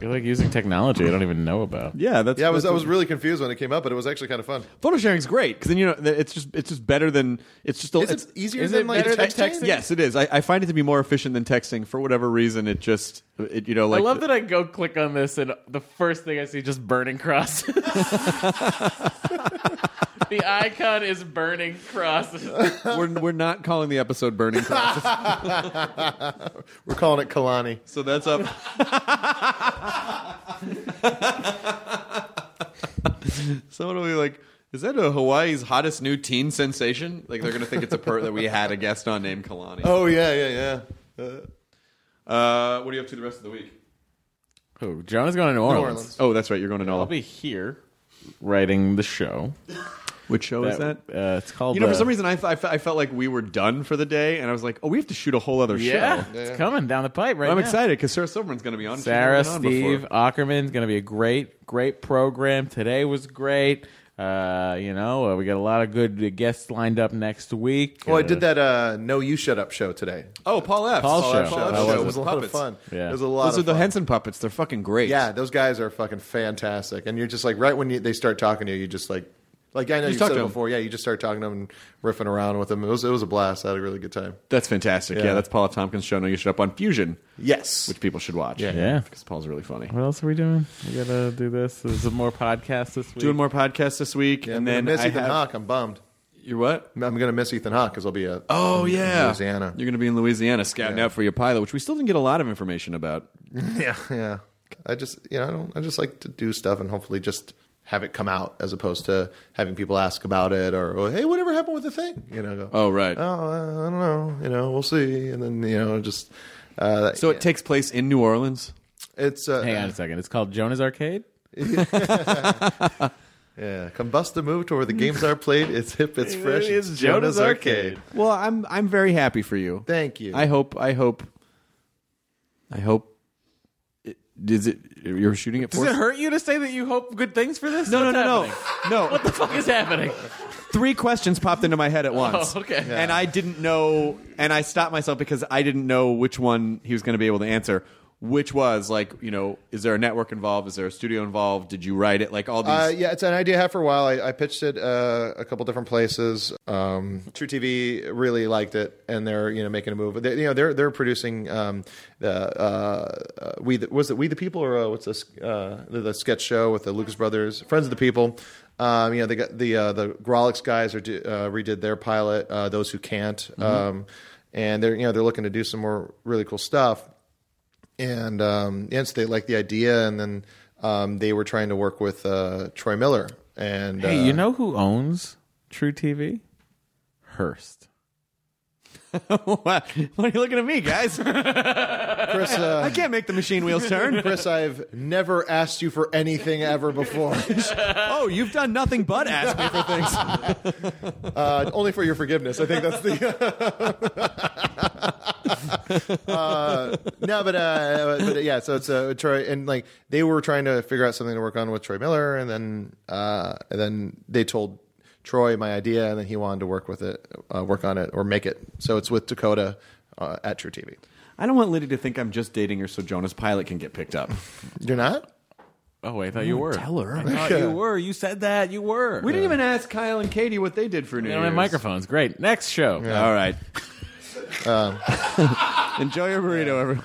You're like using technology I don't even know about.
Yeah, that's
Yeah, I was I was really confused when it came up, but it was actually kind of fun.
photo sharing's great because then you know th- it's just it's just better than it's just a,
Is
it's
it easier
is
than
it
like
better than
texting?
texting?
Yes, it is. I, I find it to be more efficient than texting for whatever reason. It just it, you know like
I love that I go click on this and the first thing I see just burning crosses. the icon is burning crosses.
we're we're not calling the episode burning crosses.
We're calling it Kalani.
so that's up. Someone will be like. Is that a Hawaii's hottest new teen sensation? Like they're gonna think it's a per that we had a guest on named Kalani.
Oh yeah, yeah, yeah. Uh,
Oh.
Uh, what are you up to the rest of the week?
Who? Jonah's going to New Orleans.
Orleans.
Oh, that's right. You're going to
I'll
Nola.
be here writing the show.
Which show is that?
Uh, it's called.
You know,
uh,
for some reason, I, fe- I, fe- I felt like we were done for the day, and I was like, "Oh, we have to shoot a whole other
Yeah,
show."
it's coming down the pipe right
I'm
now.
excited because Sarah Silverman's going to be on. She's
Sarah,
never been on
Steve,
before.
Ackerman's going to be a great, great program. Today was great. Uh, you know, uh, we got a lot of good uh, guests lined up next week.
well, I
Uh,
did that. Uh, no, you shut up show today.
Oh, Paul F.
Paul's show.
Shut
Paul
Up
F.
show
was
was a
with
lot
puppets.
of fun.
Yeah.
It was a lot.
Those
of
are the
fun.
Henson puppets. They're fucking great.
Yeah, those guys are fucking fantastic. And you're just like right when you, they start talking to you, you just like like I know you
talk
said
to
it
'em.
before. Yeah, you just start talking to them and riffing around with them. It was it was a blast. I had a really good time.
that's fantastic. Yeah,
Yeah.
that's Paul F. Tompkins' show. No, you should up on Fusion,
Yes.
which people should watch.
Yeah.
Yeah.
because Paul's really funny.
What else are we doing? We got to do this. There's some more podcasts this week.
Doing more podcasts this week,
yeah,
and
I'm
then
gonna miss
I
Ethan
have-
Hawke. I'm bummed.
You're what?
I'm gonna miss Ethan Hawke because I'll be a
Oh
in- in
yeah,
Louisiana.
You're going to be in Louisiana scouting
Yeah.
out for your pilot, which we still didn't get a lot of information about.
yeah yeah. I just you know I don't I just like to do stuff and hopefully just have it come out as opposed to having people ask about it or, or hey whatever happened with the thing you know go,
Oh right.
oh uh, I don't know you know we'll see and then you know just uh,
so it takes place in New Orleans.
it's uh,
Hang on a second. It's called Jonah's Arcade.
Yeah, combust the move to where the games are played. It's hip, it's fresh.
is
it's
Jonah's
Jonah's
Arcade.
Arcade.
Well, I'm I'm very happy for you.
Thank you.
I hope. I hope. I hope. it- Is it? You're shooting it.
Does it hurt you to say that you hope good things for this?
No, no,
What's
no,
happening?
no, no.
What the fuck is happening?
Three questions popped into my head at once.
Oh, okay.
And I didn't know, and I stopped myself because I didn't know which one he was going to be able to answer. Which was like, you know, is there a network involved? Is there a studio involved? Did you write it? Like all these.
Uh, yeah, it's an idea I had for a while. I, I pitched it uh, a couple different places. Um, True TV really liked it, and they're you know making a move. They, you know they're they're producing um, the uh, uh, we the, was it We the People or uh, what's this uh, the, the sketch show with the Lucas Brothers, Friends of the People. Um, you know they got the uh, the Grolix guys are do, uh, redid their pilot. Uh, Those who can't, um, and they're you know they're looking to do some more really cool stuff and um, yeah, so they liked the idea, and then um, they were trying to work with uh, Troy Miller. And
Hey,
uh,
you know who owns True TV? Hearst.
what are you looking at me, guys? I
Chris, uh,
can't make the machine wheels turn.
Chris, I've never asked you for anything ever before.
Oh, you've done nothing but ask me for things.
Uh, only for your forgiveness. I think that's the. uh, no, but, uh, but uh, yeah, so it's uh, Troy and like they were trying to figure out something to work on with Troy Miller, and then uh, and then they told Troy my idea, and then he wanted to work with it, uh, work on it, or make it. So it's with Dakota uh, at True TV.
I don't want Liddy to think I'm just dating her so Jonas Pilot can get picked up.
You're not.
Oh, I thought you were.
tell her.
I thought you were. You said that. You were.
We didn't even ask Kyle and Katie what they did for New
They
Year's.
don't have microphones. Great. Next show.
All right.
Um.
Enjoy your burrito, everyone.